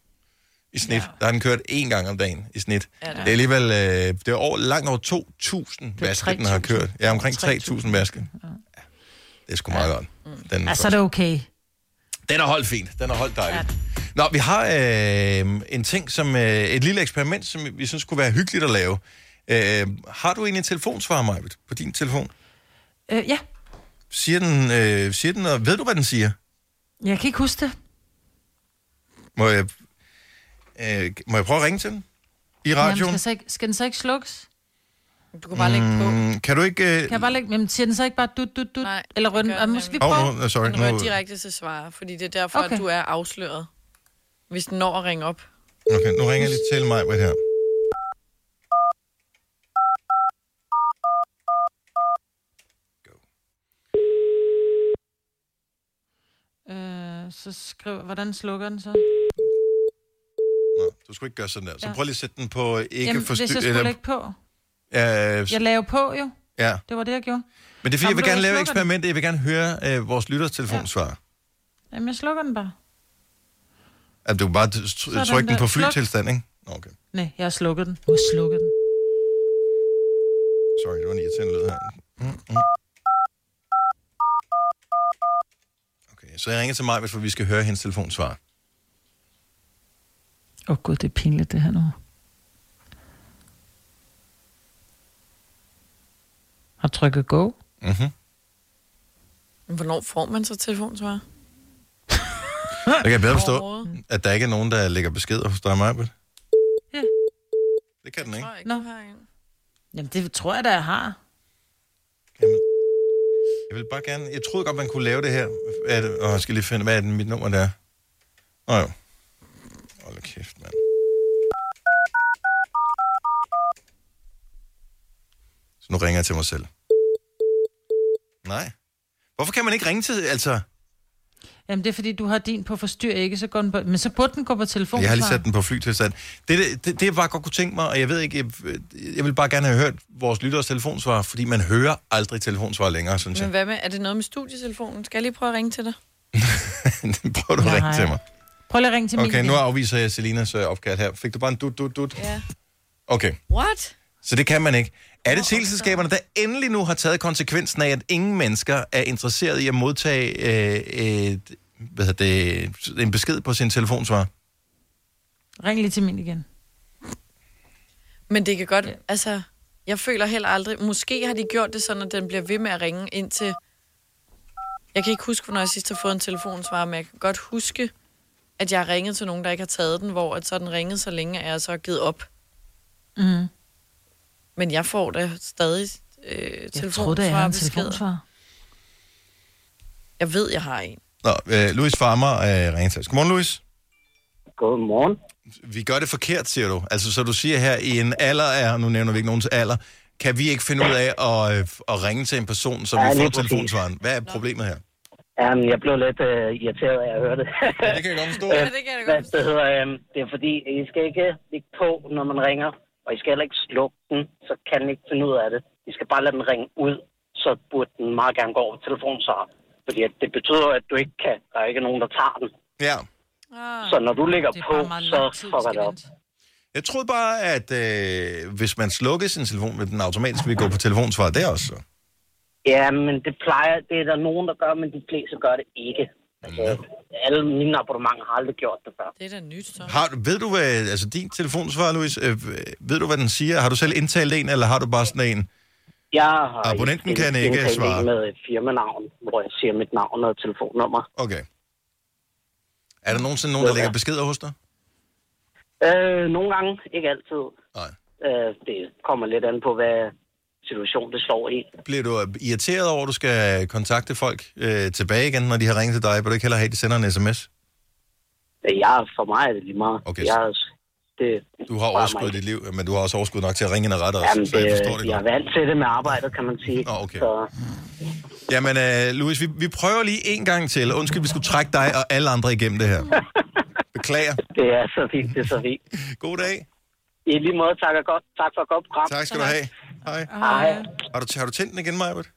i snit. Ja. Der har den kørt én gang om dagen i snit. Ja, det er alligevel, øh, det er over, langt over 2.000 vaske, den har kørt. Ja, omkring 3.000 vaske. Ja. Det er sgu meget godt. Den,
Altså, er det okay.
den har holdt fint. Den har holdt dejligt. Nå, vi har øh, en ting, som øh, et lille eksperiment, som vi synes kunne være hyggeligt at lave. Øh, har du egentlig en telefonsvarer, Majbet, på din telefon?
Øh, ja,
Siger den, øh, siger den, og ved du, hvad den siger?
jeg kan ikke huske det.
Må jeg, øh, må jeg prøve at ringe til den? I
Jamen,
radioen?
skal, så ikke, skal den så ikke slukkes?
Du kan bare lægge på.
Mm, kan du ikke... Øh,
Kan jeg bare lægge... Jamen, siger den så ikke bare dut, dut, dut? Nej, eller rød den? Ah, Måske vi
Hov,
prøver...
hov, øh, sorry,
Den rører
nu-
direkte til svare, fordi det er derfor, okay. at du er afsløret. Hvis den når at ringe op.
Okay, nu ringer jeg lige til mig med her.
Øh, så skriv... Hvordan slukker den så?
Nå, du skulle ikke gøre sådan der. Så
Ja.
prøv lige at sætte den på øh, ikke
Jamen, hvis
forstyr...
jeg skulle lægge på.
øh,
Jeg laver på jo.
ja.
Det var det, jeg gjorde.
Men det er fordi, jeg
Jamen,
vil
du
gerne lave
slukker
eksperimentet. Jeg vil gerne høre øh, vores lytters telefonsvar. Ja.
den. Jamen, jeg slukker den bare.
At Altså, du kan bare t-
Sådan
tr- trykke den
der.
på
Sluk.
flytilstand, ikke?
Nej, jeg har slukket den. Jeg har slukket den.
Sorry, det var en irriterende lyd her. Mm, Mm-mm. Okay, så jeg ringer til mig, for vi skal høre hendes telefonsvar.
Åh oh, gud, det er pinligt det her nu. Har trykket go?
Mm-hmm.
Men hvornår får man så telefonsvar?
Jeg kan jeg bedre forstå,
Overhovedet.
at der ikke er nogen, der lægger beskeder hos dig, Majbet. Det kan den ikke.
Nå. Jamen, det tror jeg da, jeg har.
Jeg vil bare gerne... Jeg troede godt, man kunne lave det her. Hvad Er det, åh, jeg skal lige finde, hvad er det, mit nummer der er? Nå jo. Hold da kæft, mand. Så nu ringer jeg til mig selv. Nej. Hvorfor kan man ikke ringe til... Altså,
Jamen, det er fordi, du har din på forstyr ikke, så går den på... Men så burde den gå på telefon.
jeg har lige sat den på flytilstand. Det, det, det, det jeg bare godt kunne tænke mig, og jeg ved ikke... Jeg, jeg vil bare gerne have hørt vores lytteres telefonsvar, fordi man hører aldrig telefonsvar længere, synes
Men
jeg.
hvad med, er det noget med studietelefonen? Skal jeg lige prøve at ringe til dig?
Prøv at ringe til mig.
Prøv lige at ringe til min
Okay,
igen.
nu afviser jeg Selinas øh, opkald her. Fik du bare en dut, dut, dut?
Ja.
Okay,
What?
så det kan man ikke. Er det teleselskaberne, der endelig nu har taget konsekvensen af, at ingen mennesker er interesseret i at modtage øh, et hvad hedder det, en besked på sin telefonsvar.
Ring lige til min igen.
Men det kan godt, altså, jeg føler heller aldrig, måske har de gjort det sådan, at den bliver ved med at ringe indtil, jeg kan ikke huske, hvornår jeg sidst har fået en telefonsvar, men jeg kan godt huske, at jeg har ringet til nogen, der ikke har taget den, hvor at så den ringede så længe, at jeg så har givet op.
Mm.
Men jeg får da stadig øh,
Jeg troede, det er en
telefonsvarbeskeder.
telefonsvar.
Jeg ved, jeg har en.
Nå, øh, Louis Farmer øh, ringer til os. Godmorgen, Louis.
Godmorgen.
Vi gør det forkert, siger du. Altså, så du siger her, i en alder af, nu nævner vi ikke nogens alder, kan vi ikke finde ud af at, øh, at ringe til en person, som
Ja,
vi får
lige præcis.
telefonsvaren? Hvad er problemet her?
Um, jeg blev lidt uh, irriteret af at høre det. ja, det kan jeg godt forstå. ja, det kan jeg godt forstå. Det, hedder, um, det er fordi, I skal ikke ligge på, når man ringer, og I skal heller ikke slukke den, så kan den ikke finde ud af det. I skal bare lade den ringe ud, så burde den meget gerne gå over telefonsvarer. Fordi at det betyder, at du ikke kan. Der er ikke nogen, der tager den.
Ja.
Så når du ligger
Det er
på,
bare meget
så
lang tid, du
fucker
skal
det op.
Jeg troede bare, at øh, hvis man slukkede sin telefon, vil den automatisk vil gå på telefonsvar der også. så.
Ja, men det plejer, det er der nogen, der gør, men de fleste gør det ikke. Altså, alle mine abonnementer har aldrig gjort det før.
Det er da nyt, så.
Har, du- ved du, hvad, altså din telefonsvar, Louis, øh, ved du, hvad den siger? Har du selv indtalt en, eller har du bare sådan en?
Jeg har
Abonnenten
en-
kan
en
ikke
indtale
svare.
med et firmanavn, hvor jeg siger mit navn og telefonnummer.
Okay. Er der nogensinde nogen, der lægger beskeder hos dig?
Øh, nogle gange, ikke altid.
Nej.
Øh, det kommer lidt an på, hvad situation det står i.
Bliver du irriteret over, at du skal kontakte folk øh, tilbage igen, når de har ringet til dig? Vil du ikke heller have, at de sender en sms?
Men Øh, Jeg, for mig er det lige meget.
Okay,
jeg, det,
Du har overskud i dit liv, men du har også overskud nok til at ringe en retter
Jamen,
også, så
det,
jeg forstår det
Øh, jeg er
godt.
vant til det med arbejdet, kan man sige.
Nå, okay.
Så,
Jamen, øh, Louis, vi, vi prøver lige en gang til. Undskyld, vi skulle trække dig og alle andre igennem det her. Beklager.
Det er så fint, det er så fint.
God dag.
I lige måde, tak, og godt, tak for et godt program.
Tak skal du have. Hej.
Hej.
Har du, har du tændt den igen, Majbert?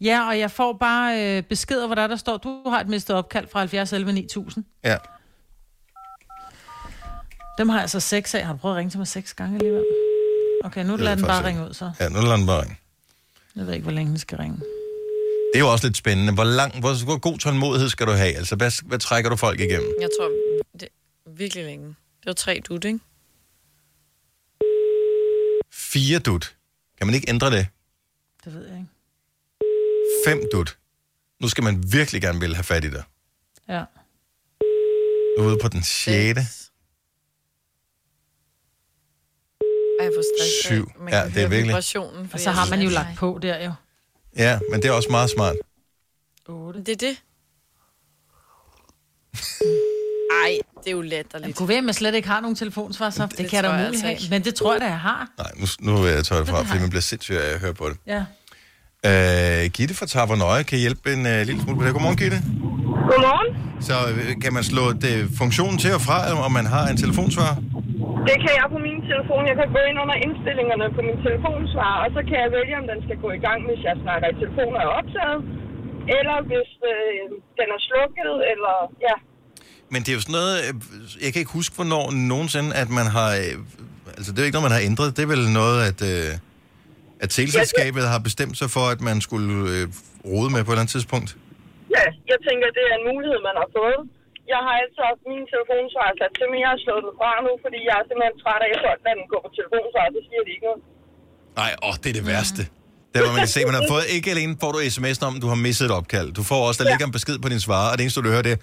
Ja, og jeg får bare øh, beskeder, hvor der, er, der står, du har et mistet opkald fra 70 11 9000.
Ja.
Dem har jeg så seks af. Har du prøvet at ringe til mig seks gange alligevel? Okay, nu
Det
lader
er
den
faktisk
bare
ikke.
ringe ud, så.
Ja, nu lader den bare ringe.
Jeg ved ikke, hvor længe den skal ringe.
Det er jo også lidt spændende. Hvor, lang, hvor, hvor god tålmodighed skal du have? Altså, hvad, hvad trækker du folk igennem?
Jeg tror det, virkelig længe. Det var tre dut, ikke?
Fire dut. Kan man ikke ændre det?
Det ved jeg ikke.
Fem dut. Nu skal man virkelig gerne vil have fat i dig.
Ja.
Du er ude på den sjette.
Ej, jeg får stress af.
Syv.
Man
Ja,
kan
det er
høre
virkelig-
vibrationen,
Og
fordi
så har
jeg-
man jo lagt på der jo.
Ja, men det er også meget smart.
Det er det. Ej, det er jo
Jeg
latterligt.
kunne være, at jeg slet ikke har nogen telefonsvar, så det, det kan jeg da
tror jeg
umuligt
altså
have.
ikke.
Men det tror jeg da, jeg har.
Nej, nu, nu vil jeg tørre det fra,
Det har
fordi
jeg.
man bliver sindssyg af at høre på det.
Ja.
Øh, Gitte fra Tavernøje kan hjælpe en øh, lille smule på det. Godmorgen, Gitte. Godmorgen. Så øh, kan man slå det, funktionen til og fra, om man har en telefonsvarer?
Det kan jeg på min telefon. Jeg kan gå ind under indstillingerne på min telefonsvar, og så kan jeg vælge, om den skal gå i gang, hvis jeg snakker i telefon og er optaget, eller hvis øh, den er slukket, eller ja.
Men det er jo sådan noget, øh, jeg kan ikke huske, hvornår nogensinde, at man har... øh, Altså, det er jo ikke noget, man har ændret. Det er vel noget, at, øh, at teleselskabet har bestemt sig for, at man skulle øh, rode med på et eller andet tidspunkt.
Ja, jeg tænker, det er en mulighed, man har fået. Jeg har altså haft min telefonsvar sat til, men jeg har slået den fra nu, fordi jeg er simpelthen træt af, at folk lader den gå på telefonsvar, så siger de ikke noget.
Nej, åh, det er det værste. Der hvor man kan se, man har fået, ikke alene får du sms'en om, at du har misset et opkald. Du får også, der ligger en besked på din svarer, og det eneste, du hører, det er,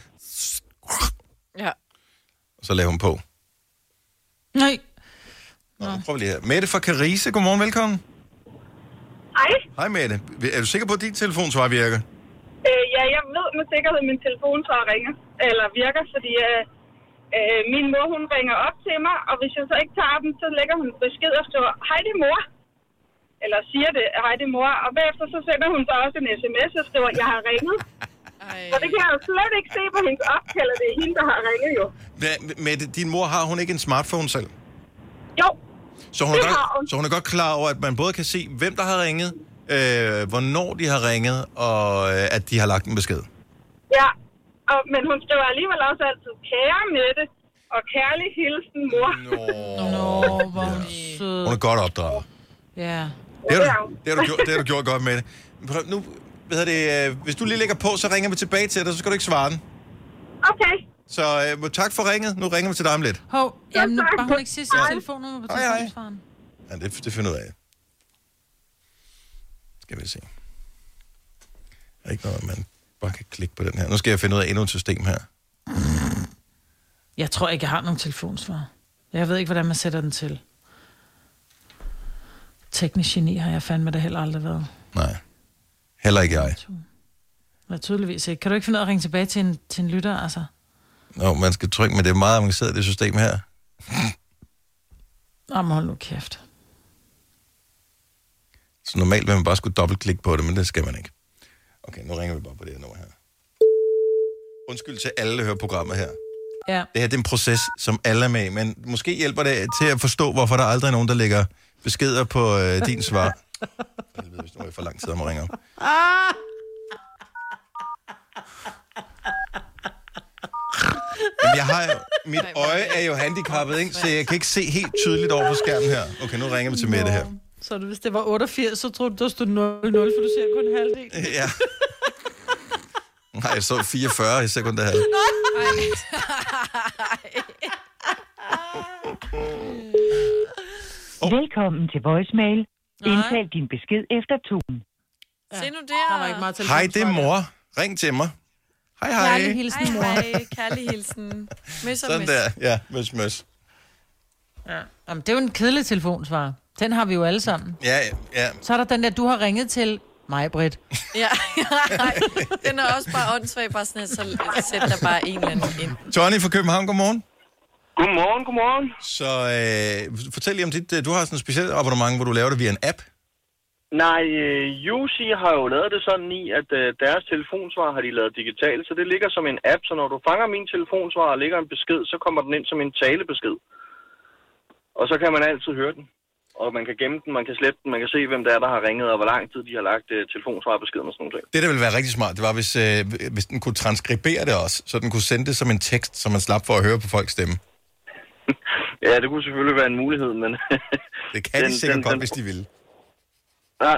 Ja.
og så laver hun på.
Nej.
Nå, prøv lige her. Mette fra Karise, godmorgen, velkommen.
Hej.
Hej Mette. Er du sikker på, at din telefonsvar virker?
Øh, ja, jeg ved med sikkerhed, at min telefon så ringer, eller virker, fordi øh, øh, min mor, hun ringer op til mig, og hvis jeg så ikke tager den, så lægger hun besked og står, hej det er mor, eller siger det, hej det er mor, og bagefter så sender hun så også en sms og skriver, jeg har ringet. Og det kan jeg jo slet ikke se på hendes opkald, at det er hende, der har ringet jo.
Hvad, Mette, din mor har hun ikke en smartphone selv?
Jo,
Så hun, er
Det har
godt, så hun er godt klar over, at man både kan se, hvem der har ringet, øh, hvornår de har ringet, og øh, at de har lagt en besked.
ja, og, men hun skriver alligevel også altid, kære Mette, og kærlig hilsen, mor.
Nå, hvor er hun sød.
Hun er godt opdraget.
Ja.
Det har du, det har du, gjort, det har du gjort godt med det. Prøv, nu, hvad hedder det, øh, hvis du lige lægger på, så ringer vi tilbage til dig, så skal du ikke svare den.
Okay.
Så øh, tak for ringet. Nu ringer vi til dig om lidt.
Hov, jamen,
tak.
bare hun ikke sige sit
Hej.
telefonnummer på
Hej, hej.
telefonsvaren.
Ja, det, det finder jeg ud af. Skal vi se. Der er ikke noget, man bare kan klikke på den her. Nu skal jeg finde ud af endnu et system her.
Jeg tror ikke, jeg har nogen telefonsvar. Jeg ved ikke, hvordan man sætter den til. Teknisk geni har jeg fandme da heller aldrig været.
Nej. Heller ikke jeg.
Eller tydeligvis ikke. Kan du ikke finde ud af at ringe tilbage til en, til en lytter, altså?
Nå, man skal trykke, men det er meget avanceret, det system her.
Jamen, hold nu kæft.
Så normalt vil man bare skulle dobbeltklikke på det, men det skal man ikke. Okay, nu ringer vi bare på det her nummer her. Undskyld til alle, der hører programmet her.
Ja.
Det her det er en proces, som alle er med i, men måske hjælper det til at forstå, hvorfor der aldrig er nogen, der lægger beskeder på øh, din svar. Helvede, hvis nu er jeg for lang tid om at ringe op.
Ah!
Jamen, jeg har jo, mit øje er jo handicappet, ikke? så jeg kan ikke se helt tydeligt over på skærmen her. Okay, nu ringer vi til Mette her.
Så du, hvis det var 88, så troede du, der stod 00, for du ser kun halvdelen.
Ja. Nej, jeg så 44 i sekundet her.
Oh. Velkommen til voicemail. Indtal din besked efter tonen.
Ja. Se nu der. Der var ikke meget
Hej, det er mor. Ring til mig. Hej, hej.
Kærlig hilsen, mor. Hej, hej. Kærlig hilsen. Møs og
Sådan
møs.
der. Ja, møs, møs.
Ja. Jamen, det er jo en kedelig telefonsvar. Den har vi jo alle sammen.
Ja, ja.
Så er der den der, du har ringet til mig, Britt.
Ja, nej. Den er også bare åndssvag, bare sådan, at så sæt der bare en eller anden ind.
Johnny fra København, godmorgen.
Godmorgen, godmorgen.
Så øh, fortæl lige om dit, øh, du har sådan et specielt abonnement, hvor du laver det via en app.
Nej, øh, Juicy har jo lavet det sådan i, at øh, deres telefonsvar har de lavet digitalt, så det ligger som en app, så når du fanger min telefonsvar og lægger en besked, så kommer den ind som en talebesked. Og så kan man altid høre den. Og man kan gemme den, man kan slette den, man kan se, hvem det er, der har ringet, og hvor lang tid de har lagt øh, telefonsvarbeskeden og sådan noget.
Det, der ville være rigtig smart, det var, hvis, øh, hvis den kunne transkribere det også, så den kunne sende det som en tekst, så man slap for at høre på folks stemme.
Ja, det kunne selvfølgelig være en mulighed, men...
det kan de sikkert godt, hvis de vil.
Ja,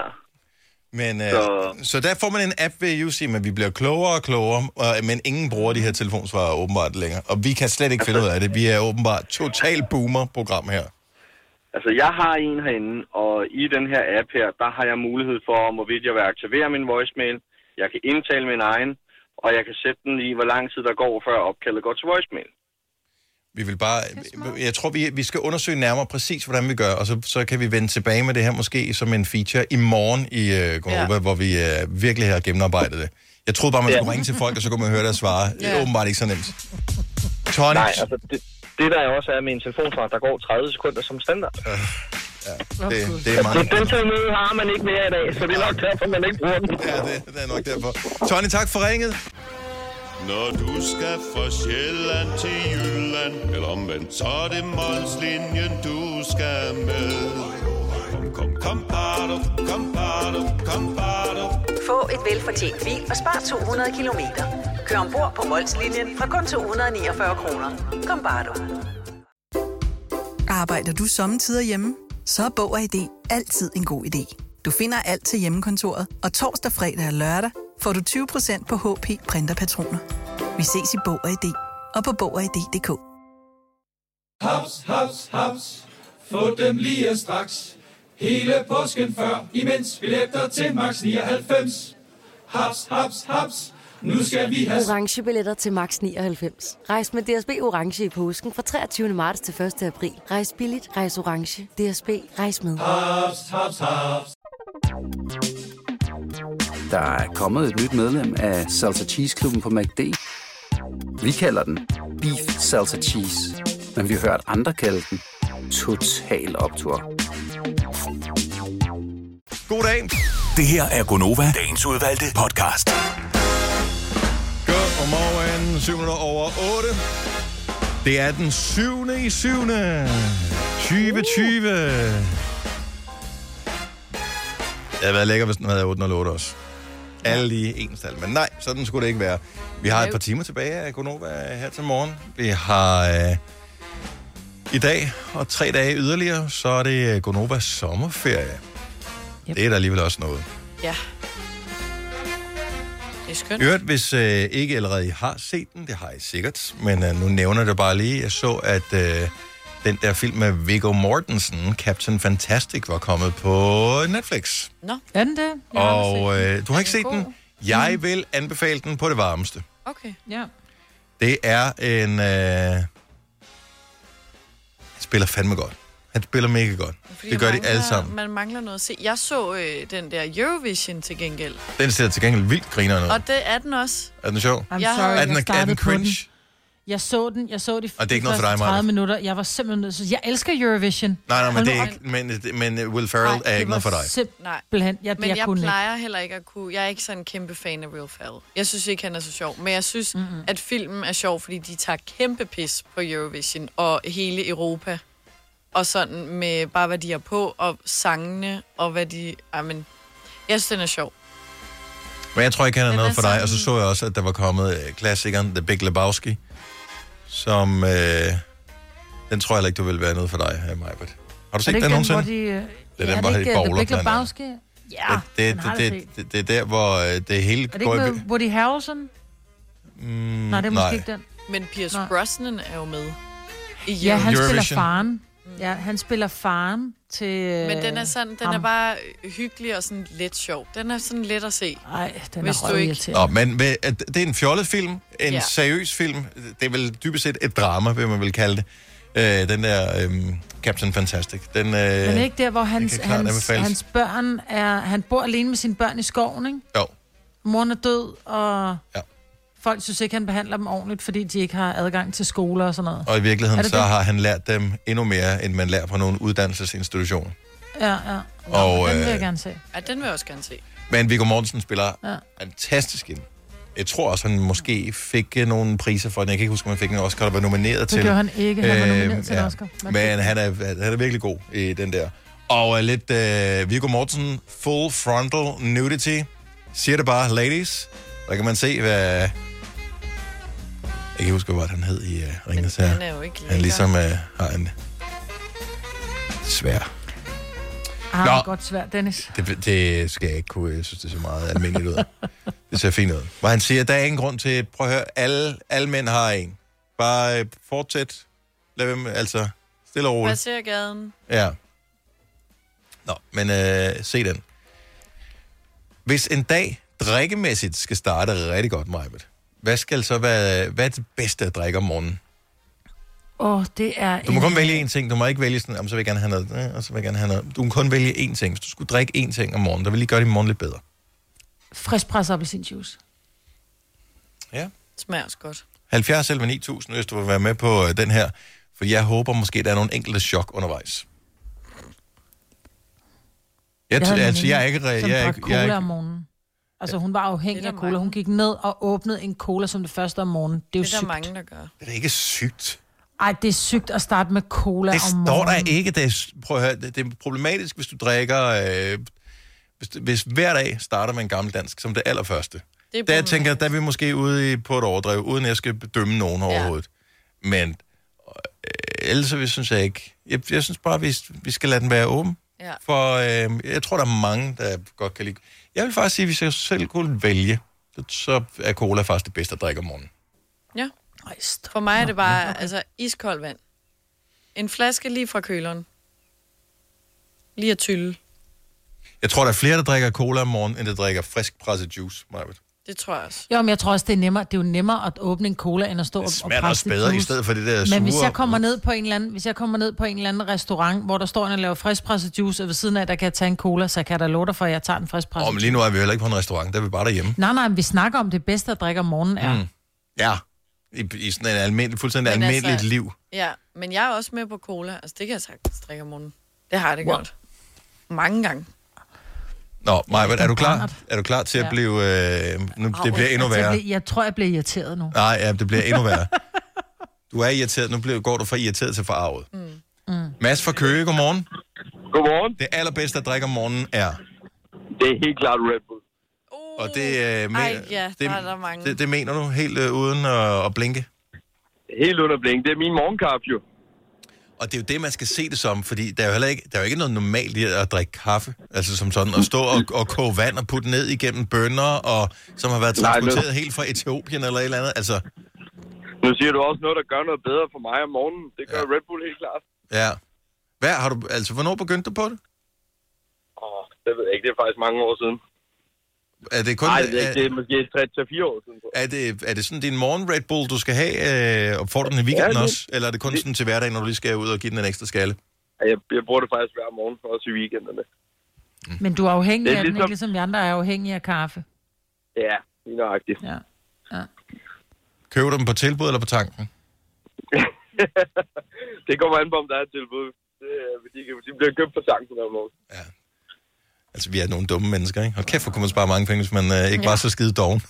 Men, øh, så...
Så-
så der får man en app ved UC, men vi bliver klogere og klogere, og, øh, men ingen bruger de her telefonsvarer åbenbart længere. Og vi kan slet ikke finde ud af det. Vi er åbenbart total boomer-program her.
Altså, jeg har en herinde, og i den her app her, der har jeg mulighed for, hvorvidt jeg vil aktivere min voicemail, jeg kan indtale min egen, og jeg kan sætte den i, hvor lang tid der går, før opkaldet går til voicemail.
Vi vil bare, jeg tror, vi, vi skal undersøge nærmere præcis, hvordan vi gør, og så, så kan vi vende tilbage med det her måske som en feature i morgen i øh, Gonova, ja. hvor vi øh, virkelig har gennemarbejdet det. Jeg troede bare, man
Ja.
skulle ringe til folk, og så kunne man høre deres svare. Ja. Det er
Ja.
åbenbart ikke så nemt. Tony,
Nej, altså, det, det der også er med en telefonsvar, der går 30 sekunder som standard. Ja,
det, det er
Så
mange.
den teknologi har man ikke mere i dag, så det er nok derfor, man ikke bruger den.
Ja, det, det er nok derfor. Tony, tak for ringet.
Når du skal fra Sjælland til Jylland, eller omvendt, så er det Molslinjen, du skal med. Kom, kom, kom, bado, kom, bado, kom, bado.
Få et velfortjent bil og spar 200 kilometer. Kør ombord på Molslinjen fra kun 249 kroner. Kom bare du.
Arbejder du sommetider hjemme? Så er Bog og ID altid en god idé. Du finder alt til hjemmekontoret, og torsdag, fredag og lørdag får du 20% på HP printerpatroner. Vi ses i Bog og ID og på Bog og ID.dk.
Haps, haps, haps. Få dem lige straks. Hele påsken før, imens billetter til max 99. Haps, haps, haps. Nu skal vi have...
orange billetter til max 99. Rejs med DSB orange i påsken fra 23. marts til 1. april. Rejs billigt, rejs orange. DSB rejs med.
Haps, haps, haps.
Der er kommet et nyt medlem af Salsa Cheese Klubben på MACD. Vi kalder den Beef Salsa Cheese, men vi har hørt andre kalde den Total Optor.
God dag.
Det her er Gonova, dagens udvalgte podcast.
Godmorgen, 7 minutter over 8. Det er den 7. i 7. Øh. 2020. Det havde været lækker, hvis den havde 8 eller 8 også. Alle lige ens tal. Men nej, sådan skulle det ikke være. Vi har et par timer tilbage af Gonova her til morgen. Vi har øh, i dag og tre dage yderligere, så er det øh, Gonovas sommerferie. Det er der alligevel også noget.
Ja. Det er er skønt.
Øvrigt, hvis øh, ikke allerede I har set den, det har I sikkert, men øh, nu nævner jeg det bare lige. Jeg så, at øh, den der film med Viggo Mortensen, Captain Fantastic, var kommet på Netflix.
Nå.
Er den det? Jeg har aldrig
Og
set den.
øh, du har ikke
Er Mm.
set den? Jeg vil anbefale den på det varmeste.
Okay.
Ja.
Det er en... Øh... Han spiller fandme godt. Han spiller mega godt.
Fordi
det gør
man
de alle
mangler-
sammen.
Man mangler noget at se. Jeg så øh, den der Eurovision til gengæld.
Den ser til gengæld vildt griner ud.
Og det er den også.
Er den sjov?
I'm sorry,
er den,
jeg
er
startede
den
på
cringe?
Den. Jeg så den, jeg så de
Og det er ikke noget for dig,
30
Maja.
minutter. Jeg var simpelthen nødt til... Jeg elsker Eurovision.
Nej, nej,
Hold
men,
nu
det er
op.
ikke, men, men Will Ferrell
Nej,
er
det
ikke noget for
var
dig.
Simpelthen. Jeg,
Men jeg, jeg
kunne ikke.
plejer heller ikke at kunne... Jeg er ikke sådan en kæmpe fan af Will Ferrell. Jeg synes ikke, han er så sjov. Men jeg synes, mm-hmm. at filmen er sjov, fordi de tager kæmpe pis på Eurovision og hele Europa. Og sådan med bare, hvad de har på, og sangene, og hvad de... Ej, men jeg synes, den er sjov.
Men jeg tror ikke, han er
Men
noget
hvad
for dig. Og så så jeg også, at der var kommet øh, klassikeren The Big Lebowski, som... Øh, den tror jeg heller ikke, du vil være noget for dig, Majbert. Har du set
Er det
den,
ikke
nogensinde?
hvor de, øh,
Det er
ja,
den, hvor
det
de
ikke, øh,
bowler
The Big
blandt andet.
Lebowski? Ja, det,
det,
den har
det,
jeg set.
det, det, det er der, hvor øh, det hele
Er det
går
ikke
i...
med Woody Harrelson?
Mm,
Nej, det er måske ikke den.
Men Pierce Nej. Brosnan er jo med. I
Ja, han
Eurovision.
spiller faren. Ja, han spiller faren til... øh,
Men den er sådan, den
ham.
er bare hyggelig og sådan lidt sjov. Den er sådan let at se.
Nej, den
Hvis du ikke...
Nå, men ved- at det er en fjollet film, en
Ja.
ja. seriøs film. Det er vel dybest set et drama, vil man vel kalde det. Øh, den der øh, Captain Fantastic. Den, øh, men
Men ikke der, hvor hans,
kan klart
hans,
anbefales.
hans børn er... Han bor alene med sine børn i skoven, ikke?
Jo.
Moren er død, og ja. folk synes ikke, han behandler dem ordentligt, fordi de ikke har adgang til skoler og sådan noget.
Og i virkeligheden,
Er det
så
det?
har han lært dem endnu mere, end man lærer på nogle uddannelsesinstitutioner.
Ja, ja. Nå,
Og,
og, den vil jeg
øh,
gerne se.
Ja, den vil jeg også gerne se.
Men Viggo Mortensen spiller
Ja.
ja. fantastisk ind. Jeg tror også, han måske fik øh, nogle priser for den. Jeg kan ikke huske, om han fik en Oscar, der var nomineret
Det
til. Øh,
gjorde han ikke. Han var nomineret til en
Øhm, ja.
Oscar. Hvad
Men han er, han er virkelig god i den der. Og øh, lidt øh, Viggo Mortensen, full frontal nudity. Siger det bare, ladies. Der kan man se, hvad... Jeg kan ikke huske, hvad han hed i øh, Ringens her.
han er jo ikke
Han
lækker.
ligesom øh, har en svær
Ah, det er
Nå.
godt svært, Dennis.
det, det skal jeg ikke kunne. Jeg synes, det ser meget almindeligt ud. Det ser fint ud. Hvor han siger, der er ingen grund til... Prøv at høre, alle, alle mænd har en. Bare øh, fortsæt. Lad dem, altså, stille og roligt.
Passer gaden.
Ja. Nå, men øh, se den. Hvis en dag drikkemæssigt skal starte rigtig godt, Majbet, hvad skal så være, hvad er det bedste at drikke om morgenen?
Åh, oh, det er...
Du må kun vælge én ting. Du må ikke vælge sådan, om så vil jeg gerne have noget, øh, og så vil jeg gerne have noget. Du kan kun vælge én ting. Hvis du skulle drikke én ting om morgenen, der ville lige gøre din morgen lidt bedre.
Friskpresset appelsinjuice.
Ja.
Smager også godt.
70 eller 9000, hvis du vil være med på øh, den her. For jeg håber måske, der er nogle enkelte chok undervejs. Jeg,
havde
jeg,
en
altså, jeg er
veninde,
ikke... Jeg,
som
jeg, er
drak
ikke-
cola
jeg,
om
jeg,
morgenen. Altså, hun var afhængig af cola. Hun gik ned og åbnede en cola som det første om morgenen. Det er jo
Det er der
sygt.
mange, der gør.
det er ikke sygt.
Ej, det er sygt at starte med cola
Det
om
står
morgenen.
der ikke. Det er, s- prøv at høre, det, det er problematisk, hvis du drikker... Øh, hvis, hvis hver dag starter med en gammeldansk som det allerførste.
Det er
Der tænker jeg, der er vi måske ude i, på et overdrev, uden at jeg skal bedømme nogen overhovedet. Men øh, ellers så synes jeg ikke... Jeg, jeg synes bare, vi, vi skal lade den være åben.
Ja.
For øh, jeg tror, der er mange, der godt kan lide... Jeg vil faktisk sige, at hvis jeg selv kunne vælge, så er cola faktisk det bedste at drikke om morgenen.
Ja. For mig er det bare altså, iskold vand. En flaske lige fra køleren. Lige at tylde.
Jeg tror, der er flere, der drikker cola om morgenen, end der drikker frisk presset juice, Marvitt.
Det tror jeg også.
Jo, men jeg tror også, det er nemmere. Det er jo nemmere at åbne en cola, end at stå og- og
smager da også
presse lidt
bedre, i
juice.
stedet for det der
Men hvis
sure-
jeg kommer ned på en eller anden, hvis jeg kommer ned på en eller anden restaurant, hvor der står en og laver friskpresset juice, og ved siden af, der kan jeg tage en cola, så kan jeg da love dig for, at jeg tager den friskpresset
Åh, men lige nu er vi heller ikke på en restaurant, der er vi bare derhjemme.
Nej, nej, men vi snakker om det bedste at drikke om morgenen er.
Mm. Ja, i, i sådan en almindelig, fuldstændig
Men
almindeligt
altså-
liv.
Ja, men jeg er også med på cola. Altså, det kan jeg sagtens drikke om morgenen. Det har jeg det wow. gjort. Mange gange.
Nå, Maja, er du
brænder.
klar, er du klar til at
Ja.
blive... Øh, nu,
Au,
det bliver endnu
altså, Jeg,
værre.
bliver, jeg tror, jeg bliver irriteret nu.
Nej, ja, det bliver endnu værre. Du er irriteret. Nu bliver, går du fra irriteret til forarvet. Mm. Mm. Mads fra Køge, godmorgen.
Godmorgen.
Det allerbedste at drikke om morgenen er...
Det er helt klart Red Bull.
Uh,
Og det, øh, men,
Ej, ja,
det,
der er der mange.
Det, det mener du helt øh, uden at, at blinke?
Helt underblik. Det er min morgenkaffe, jo.
Og det er jo det, man skal se det som, fordi der er jo heller ikke, der er jo ikke noget normalt i at drikke kaffe, altså som sådan, at stå og, og koge vand og putte ned igennem bønder, og, som har været
Nej, men-
transporteret helt fra Etiopien eller et eller andet. Altså,
Nu siger du også noget, der gør noget bedre for mig om morgenen. Det gør ja. Red Bull helt klart.
ja. Hvad har du, altså, hvornår begyndte du på det?
Åh, det ved jeg ikke. Det er faktisk mange år siden.
Er det kun...
Nej, det, er
er-
ikke. det er måske 3-4 år siden.
Er det, er det sådan din morgen Red Bull, du skal have, øh, og får du den i weekenden
Ja,
ja,
det-
også? Eller er det kun sådan til hverdagen, når du lige skal ud og give den en ekstra skalle?
Jeg, jeg bruger det faktisk hver morgen, også i weekenderne.
Men du er afhængig
Det
af
er
den, ligesom...
ligesom-
ikke ligesom vi andre er afhængige af kaffe.
Ja, lige nøjagtigt.
Ja.
Køber du dem på tilbud eller på tanken?
Det kommer an på, om der er et tilbud. Det, er- de, kan- de bliver købt på tanken hver morgen.
Altså, vi er nogle dumme mennesker, ikke? Hold kæft, hvor kunne man spare mange penge, hvis man øh, ikke
Ja.
var så skide doven.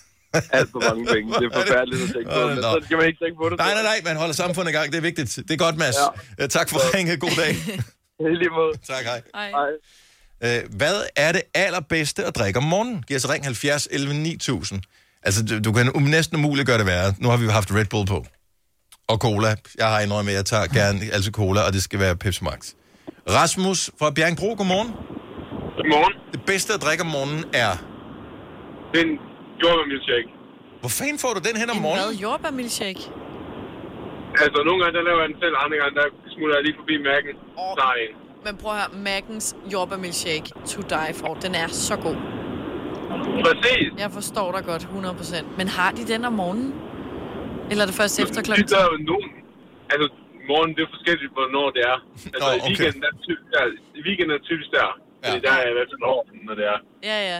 Alt for mange penge. Det er forfærdeligt at tænke på.
Åh,
Men
nå.
så skal man ikke tænke på det.
Nej, nej, nej, man holder samfundet i gang. Det er vigtigt. Det er godt, Mads.
Ja.
Ja. Tak for
Så-
ringen. God dag.
I lige måde.
Tak, hej.
Hej.
Øh, hvad er det allerbedste at drikke om morgenen? Giv os ring 70 11 9000. Altså, du, du kan um, næsten umuligt gøre det værre. Nu har vi jo haft Red Bull på. Og cola. Jeg har indrømmet, at jeg tager gerne altså cola, og det skal være Pepsi Max. Rasmus fra Bjerringbro, godmorgen.
Godmorgen.
Det bedste at drikke om morgenen er...
Den jordbærmilkshake.
Hvor fanden får du den hen om
morgenen?
Hvad jordbærmilkshake?
Altså, nogle gange, der laver jeg den selv, andre gange, der smutter jeg lige forbi mærken. Oh. Der er en.
Men prøv at høre, Mackens jordbærmilkshake to die for, den er så god.
Præcis.
Jeg forstår dig godt, 100%. Men har de den om morgenen? Eller er det først efter klokken
Det er jo nogen. Altså, morgen, det er forskelligt, hvornår det er. Altså,
Nå,
i weekenden, der er typisk der. I weekenden er typisk der. Ja. Fordi der er jeg i hvert fald over, den, når det er.
Ja, ja.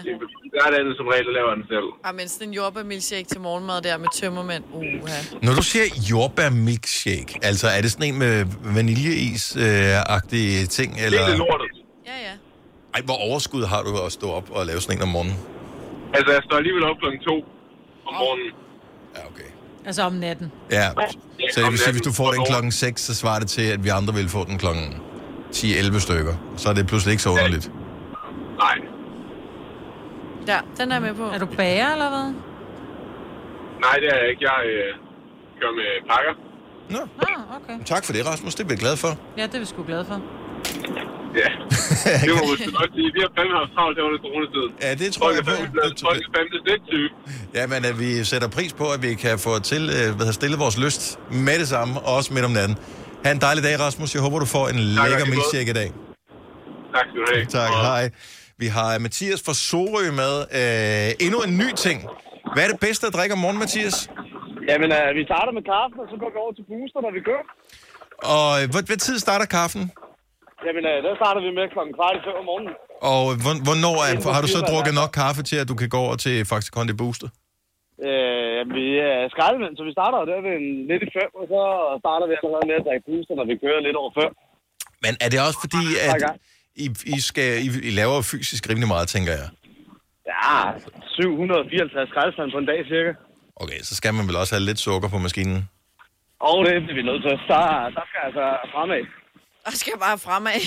Der er det andet som regel, der laver jeg den selv.
Ah, men sådan en jordbærmilkshake til morgenmad der med tømmermænd. Uha.
Når du siger jordbærmilkshake, altså er det sådan en med vaniljeis-agtige ting? Eller...
Hele lortet.
Ja, ja.
Ej, hvor overskud har du at stå op og lave sådan en om morgenen?
Altså, jeg står alligevel op klokken to om morgenen.
Altså om natten.
Ja, så det vil sige, hvis du får den klokken 6, så svarer det til, at vi andre vil få den klokken 10-11 stykker. Så er det pludselig ikke så underligt.
Nej.
Ja, den er jeg med på.
Er du bager eller hvad?
Nej, det er jeg ikke. Jeg øh, gør med pakker.
Nå.
Ah, okay.
Tak for det, Rasmus. Det er vi glad for.
Ja, det er vi sgu glade for.
Ja. Det må vi sgu nok sige. Vi har fandme haft travlt her under coronatiden.
Ja, det tror jeg på.
Folk er fandme sindssyge.
Ja, men at vi sætter pris på, at vi kan få til, øh, hvad hedder, stillet vores lyst med det samme, og også midt om natten. Ha' en dejlig dag, Rasmus. Jeg håber, du får en
Tak,
lækker
og i lige måde.
milkshake i dag.
Tak skal du have.
Tak, hej. Vi har Mathias fra Sorø med øh, endnu en ny ting. Hvad er det bedste at drikke om morgenen, Mathias?
Jamen, øh, vi starter med kaffen, og så går vi over til booster, når vi kører.
Og øh, hvad, hvad tid starter kaffen?
Jamen, øh, der starter vi med klokken kvart i fem om morgenen.
Og øh, hvor- hvornår er, har du så drukket nok kaffe til, at du kan gå over til Faxe Kondi Booster?
Øh, jamen, vi er skraldemænd, så vi starter jo der ved en, lidt i fem, og så starter vi allerede med at drikke booster, når vi kører lidt over før.
Men er det også fordi, at I, I, skal, I, I laver fysisk rimelig meget, tænker jeg?
Ja, 754 skraldemænd på en dag cirka.
Okay, så skal man vel også have lidt sukker på maskinen?
Og det bliver vi nødt til. Så der skal jeg altså fremad.
Og skal jeg bare fremad.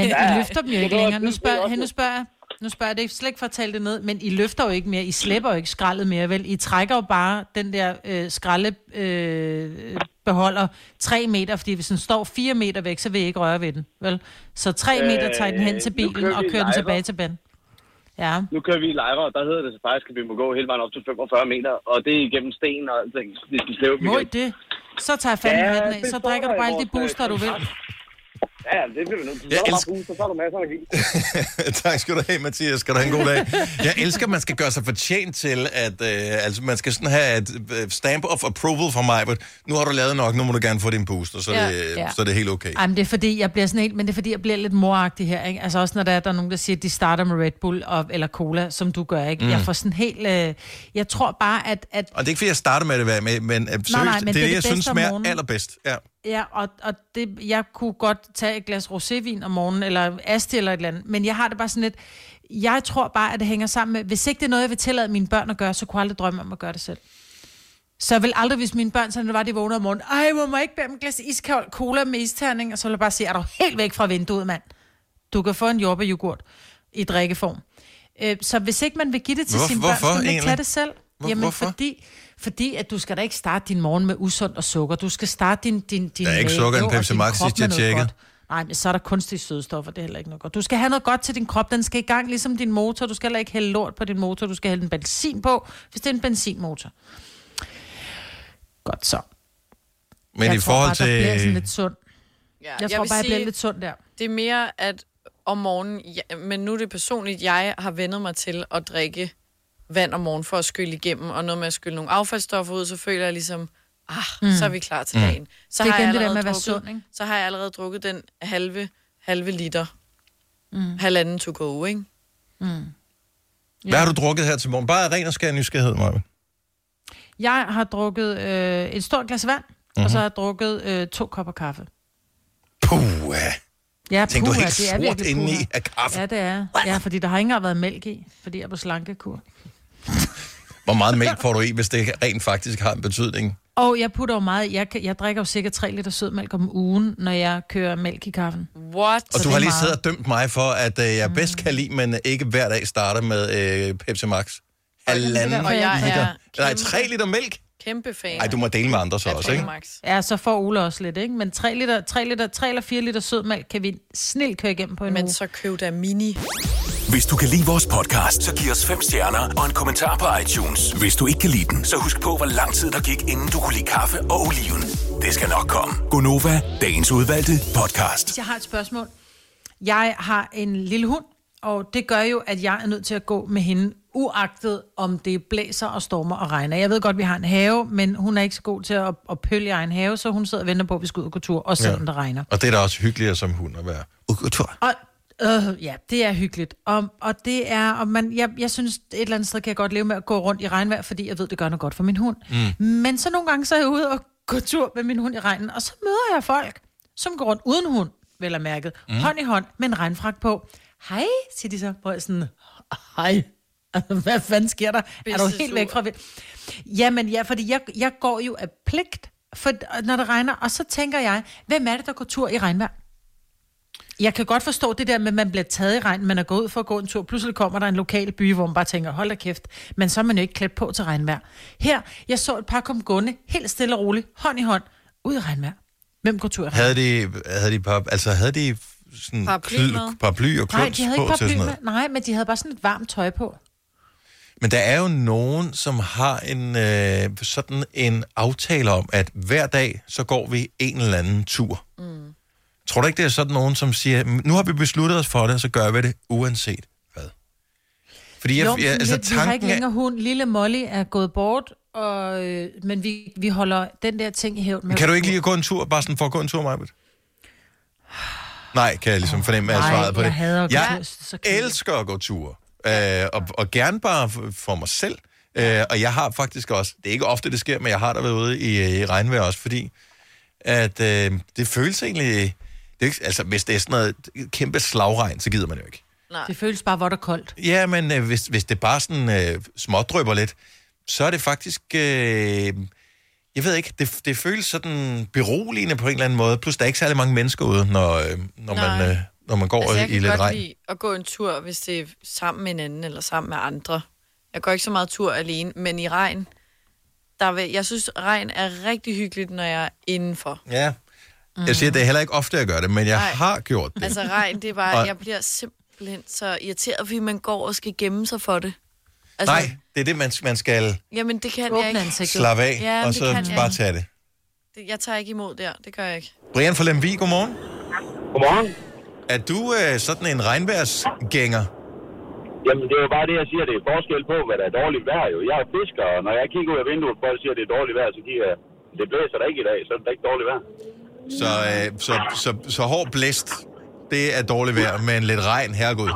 Men I løfter dem jo ikke længere. Nu spørger, hey, nu spørger jeg. Nu spørger jeg, det er slet ikke for at tale det ned, men I løfter jo ikke mere, I slipper jo ikke skraldet mere, vel? I trækker jo bare den der øh, skraldebeholder øh, beholder tre meter, fordi hvis den står fire meter væk, så vil I ikke røre ved den, vel? Så tre
Øh,
meter tager I den hen til
nu
bilen
kører
og
vi
kører den
live.
tilbage til banen. Ja.
Nu kører vi i lejre, og der hedder det så faktisk, at vi må gå hele vejen op til 45 meter, og det er igennem sten og alting. Vi skal slæve dem
Må I
igen.
det? Så tager jeg fandme
Ja,
ja, hatten af,
det
så
står
drikker
der
du bare
i
alle de
vores, øh,
booster, du vil.
Ja, ja, det bliver vi nødt til. Så
Jeg
er der bare
elsker-
booster, så er der masser af energi.
tak skal du have, Mathias. Skal du have en god dag. Jeg elsker, at man skal gøre sig fortjent til, at øh, altså, man skal sådan have et øh, stamp of approval fra mig, nu har du lavet nok, nu må du gerne få din booster, så, ja. det, ja. så er det helt okay.
Ej, men det er fordi, jeg bliver sådan helt, men det er fordi, jeg bliver lidt moragtig her, ikke? Altså også når der er, der er nogen, der siger, at de starter med Red Bull og, eller cola, som du gør, ikke?
Mm.
Mm. Jeg får sådan helt, øh, jeg tror bare, at, at
Og det er ikke, fordi jeg starter med det, hver- med, men, øh, seriøst,
nej,
nej,
men
men
det
det
er
er det,
det
jeg synes
bedste om
smager
morgenen.
allerbedst. Ja.
ja, og, og det, jeg kunne godt tage et glas rosévin om morgenen, eller asti eller et eller andet, men jeg har det bare sådan lidt, jeg tror bare, at det hænger sammen med, hvis ikke det er noget, jeg vil tillade mine børn at gøre, så kunne jeg aldrig drømme om at gøre det selv. Så jeg vil aldrig, hvis mine børn sådan det var, de vågnede om morgenen, ej, må jeg ikke bære dem et glas iskold cola med isterning, og så vil jeg bare sige, er du helt væk fra vinduet, mand? Du kan få en jordbærjoghurt i drikkeform. Øh, så hvis ikke man vil give det til
Hvor-
sine børn,
hvorfor
skal man ikke
egentlig?
tage det selv.
Hvor-
Jamen,
hvorfor?
Fordi, fordi at du skal da ikke starte din morgen med usundt og sukker. Du skal starte din, din, din
Der er ikke
mave
sukker i en
og
Pepsi
din
Max,
krop
sidst
med
jeg
noget
tjekkede.
godt. Nej, men så er der kunstige sødestoffer, det er heller ikke noget godt. Du skal have noget godt til din krop, den skal i gang, ligesom din motor. Du skal heller ikke hælde lort på din motor, du skal hælde en benzin på, hvis det er en benzinmotor. Godt så.
Men
jeg
i
tror
forhold
bare, der bliver sådan
til...
lidt sund.
Ja,
Jeg tror
vil
bare, jeg bliver lidt sund der.
Det er mere, at om morgenen, ja, men nu er det personligt, jeg har vendet mig til at drikke vand om morgenen for at skylle igennem, og noget med at skylle nogle affaldsstoffer ud, så føler jeg ligesom, ah, mm.
Mm.
så er vi klar til
Mm.
dagen. Så,
Det er
har
igen
jeg
det der
allerede
med at være
drukket-
sund, ikke?
så har jeg allerede drukket den halve, halve liter,
Mm.
halvanden to go, ikke?
Mm.
Hvad har du drukket her til morgen? Bare ren og skær nysgerrighed, Maja.
Jeg har drukket øh, et stort glas vand,
Mhm.
mm-hmm. og så har jeg drukket øh, to kopper kaffe.
Puh,
Ja,
Tænk, du er
puha,
helt
det er
sort
virkelig
indeni
puha.
af kaffe.
Ja, det er. Ja, fordi der har ikke engang været mælk i, fordi jeg er på slankekur.
Hvor meget mælk får du i, hvis det rent faktisk har en betydning?
Og jeg putter jo meget, jeg, kan- jeg drikker jo cirka 3 liter sødmælk om ugen, når jeg kører mælk i kaffen.
What?
Og du har lige siddet og dømt mig for, at øh, jeg bedst kan lide, men ikke hver dag starter med øh, Pepsi Max. Halvanden
Og jeg er
liter. Nej,
kæmpe-
tre liter mælk.
Kæmpe fan.
Nej, du må dele med andre så
af
også, ikke?
Max.
Ja, så får Ole også lidt, ikke? Men 3, liter, 3, liter, 3 eller 4 liter sødmælk kan vi snilt køre igennem på en Men uge.
så køb da mini.
Hvis du kan lide vores podcast, så giv os fem stjerner og en kommentar på iTunes. Hvis du ikke kan lide den, så husk på, hvor lang tid der gik, inden du kunne lide kaffe og oliven. Det skal nok komme. Gonova, dagens udvalgte podcast.
Jeg har et spørgsmål. Jeg har en lille hund, og det gør jo, at jeg er nødt til at gå med hende, uagtet om det blæser og stormer og regner. Jeg ved godt, vi har en have, men hun er ikke så god til at, at pølge i egen have, så hun sidder og venter på, at vi skal ud og gå tur, også selvom det regner.
Og det er da også hyggeligere som hund at være. Ukultur.
Og, øh, ja, det er hyggeligt. Og, og det er, og man, jeg, jeg synes, et eller andet sted kan jeg godt leve med at gå rundt i regnvejr, fordi jeg ved, det gør noget godt for min hund. Mm. Men så nogle gange, så er jeg ude og gå tur med min hund i regnen, og så møder jeg folk, som går rundt uden hund, vel og mærket, mm. hånd i hånd, med en regnfrak på. Hej, siger de så, hvor jeg sådan, hej, hvad fanden sker der? Er du helt væk fra... Jamen ja, fordi jeg, jeg går jo af pligt, for, når det regner, og så tænker jeg, hvem er det, der går tur i regnvejr? Jeg kan godt forstå det der med, at man bliver taget i regn, man er gået ud for at gå en tur, pludselig kommer der en lokal by, hvor man bare tænker, hold da kæft, men så er man jo ikke klædt på til regnvejr. Her, jeg så et par kom gående, helt stille og roligt, hånd i hånd, ud i regnvejr. Hvem går tur i regnvejr?
Havde de, havde de, par, altså, havde de sådan
Paraply med?
kl- Mm. paraply og
Nej,
kluns
de havde ikke
på til
paraply
sådan noget?
med. Nej, men de havde bare sådan et varmt tøj på.
Men der er jo nogen, som har en øh, sådan en aftale om, at hver dag, så går vi en eller anden tur. Mm. Tror du ikke, det er sådan nogen, som siger, "Mm, nu har vi besluttet os for det, så gør vi det, uanset hvad? Fordi jeg,
jo,
jo, jeg, altså,
vi, vi har ikke
tanken er,
længere hund. Lille Molly er gået bort, og, øh, men vi, vi holder den der ting i hævn.
Men
med-
kan du ikke lige at gå en tur, bare sådan for at gå en tur, Majbet? Nej, kan jeg ligesom fornemme, at jeg
nej,
svaret på
jeg
det.
hader at gå tur,
jeg
så
elsker at gå tur, øh, og, og gerne bare f- for mig selv. Øh, og jeg har faktisk også, det er ikke ofte, det sker, men jeg har der været ude i, øh, i regnvejr også, fordi at øh, det føles egentlig... Det er ikke, altså, hvis det er sådan noget kæmpe slagregn, så gider man jo ikke.
Nej. Det føles bare vådt og koldt.
Ja, men øh, hvis, hvis det bare sådan øh, smådrypper lidt, så er det faktisk... Øh, jeg ved ikke, det, det føles sådan beroligende på en eller anden måde. Plus, der er ikke særlig mange mennesker ude, når, øh, når,
Nej.
man, øh, når man går
altså,
altså,
jeg
i
kan
lidt
godt
regn.
lide at gå en tur, hvis det er sammen med en anden eller sammen med andre. Jeg går ikke så meget tur alene, men i regn, der vil, jeg synes, regn er rigtig hyggeligt, når jeg er indenfor.
Ja. Jeg siger, det er heller ikke ofte, jeg gør det, men jeg
Nej.
Nej. har gjort det.
Altså regn, det er bare,
Og-
jeg bliver simpelthen så irriteret, fordi man går og skal gemme sig for det.
Altså, Nej, det er det, man, man skal
Jamen, det kan
Åbne
jeg Altså, ikke.
ansigtet.
slappe af,
Ja,
ja, og
det
så
kan jeg
bare
ikke.
tage det.
Det- Jeg tager ikke imod der, det gør jeg ikke.
Brian fra Lemvig, godmorgen.
Godmorgen.
Er du øh, sådan en regnværsgænger?
Jamen, det er jo bare det, jeg siger. Det er forskel på, hvad der er dårligt vejr. Jo. Jeg er fisker, og når jeg kigger ud af vinduet, og folk siger, at det er dårligt vejr, så kigger jeg, det blæser der ikke i dag, så er det da ikke dårligt vejr.
Så, øh, så, så, så hård blæst, det er dårligt vejr, men lidt regn, herregud.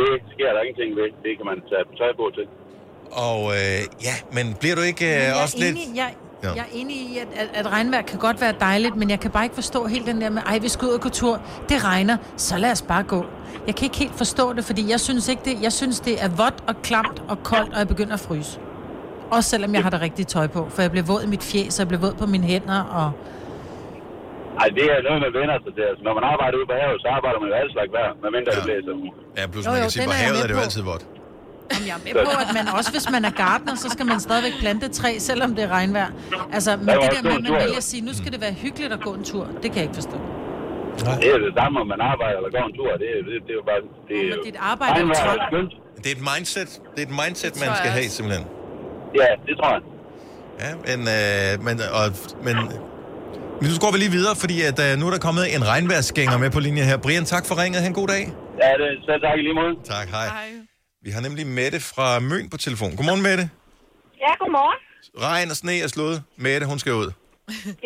Det sker der ingenting ved. Det kan man tage tøj på til.
Og øh, ja, men bliver du ikke øh,
jeg,
også
er
lidt...
enig, jeg,
Ja.
ja. jeg er enig i, at, at, at regnvejr kan godt være dejligt, men jeg kan bare ikke forstå helt den der med, ej, vi skal ud og gå tur, det regner, så lad os bare gå. Jeg kan ikke helt forstå det, fordi jeg synes ikke det, jeg synes det er vådt og klamt og koldt, og jeg begynder at fryse. Også selvom jeg har det rigtige tøj på, for jeg bliver våd i mit fjes, og jeg bliver våd på mine hænder, og...
Ej, det er noget, man vender sig til. Altså, når man arbejder ude på havet, så arbejder man jo alt slags vejr, medmindre ja. det blæser.
Ja, plus
Jo,
man
jo,
kan sige,
den
på
er jeg
havet
med
er det jo
på.
altid vådt.
Om jeg er med på, at man også, hvis man er gartner, så skal man stadigvæk plante et træ, selvom det er regnvejr. Altså, men
Der
det
var
der
også
med,
en
at man
tur,
vælger
jo.
at sige, nu skal det være hyggeligt at gå en tur, det kan jeg ikke forstå.
Det er det samme, om man arbejder eller går en tur. Det, det, det er jo bare... Det, er
Men
jo-
dit arbejde er jo
Regnvejr
travlt.
skønt.
Det er et mindset, det er et mindset
Det
man
tror
skal
jeg
have,
også.
simpelthen.
Ja, det tror jeg.
Ja, men, øh, men, og, men, men nu går vi lige videre, fordi at, øh, nu er der kommet en regnværsgænger med på linje her. Brian, tak for ringet. Han god dag.
Ja, det, så tak i lige måde.
Tak, hej. hej. Vi har nemlig Mette fra Møn på telefon. Godmorgen, Mette.
Ja, godmorgen.
Regn og sne er slået. Mette, hun skal ud.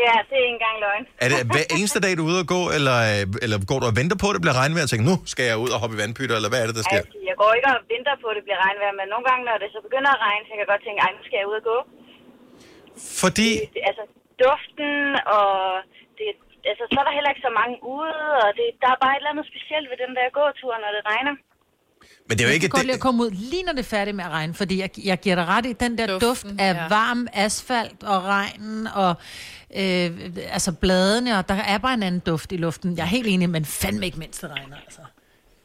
Ja, det er ikke engang løgn.
Er det hver eneste dag, du er ude at gå, eller, øh, eller går du og venter på, at det bliver regnvejr, og tænker, nu skal jeg ud og hoppe i vandpytter, eller hvad er det, der sker?
Altså, jeg går ikke og venter på, at det bliver regnvejr, men nogle gange, når det så begynder at regne, så kan jeg godt tænke, ej, nu skal jeg ud og gå.
Fordi,
Det- Altså, duften, og det, altså, så er der heller ikke så mange ude, og det, der er bare et eller andet specielt ved den der gåtur, når det regner.
men det er jo ikke...
Jeg kan godt lide at komme ud, lige når det er færdigt med at regne, fordi jeg, jeg giver dig ret i den der Duften, duft af ja. varm asfalt og regnen og øh, altså bladene, og der er bare en anden duft i luften. Jeg er helt enig, men fandme ikke, mens det regner. Altså.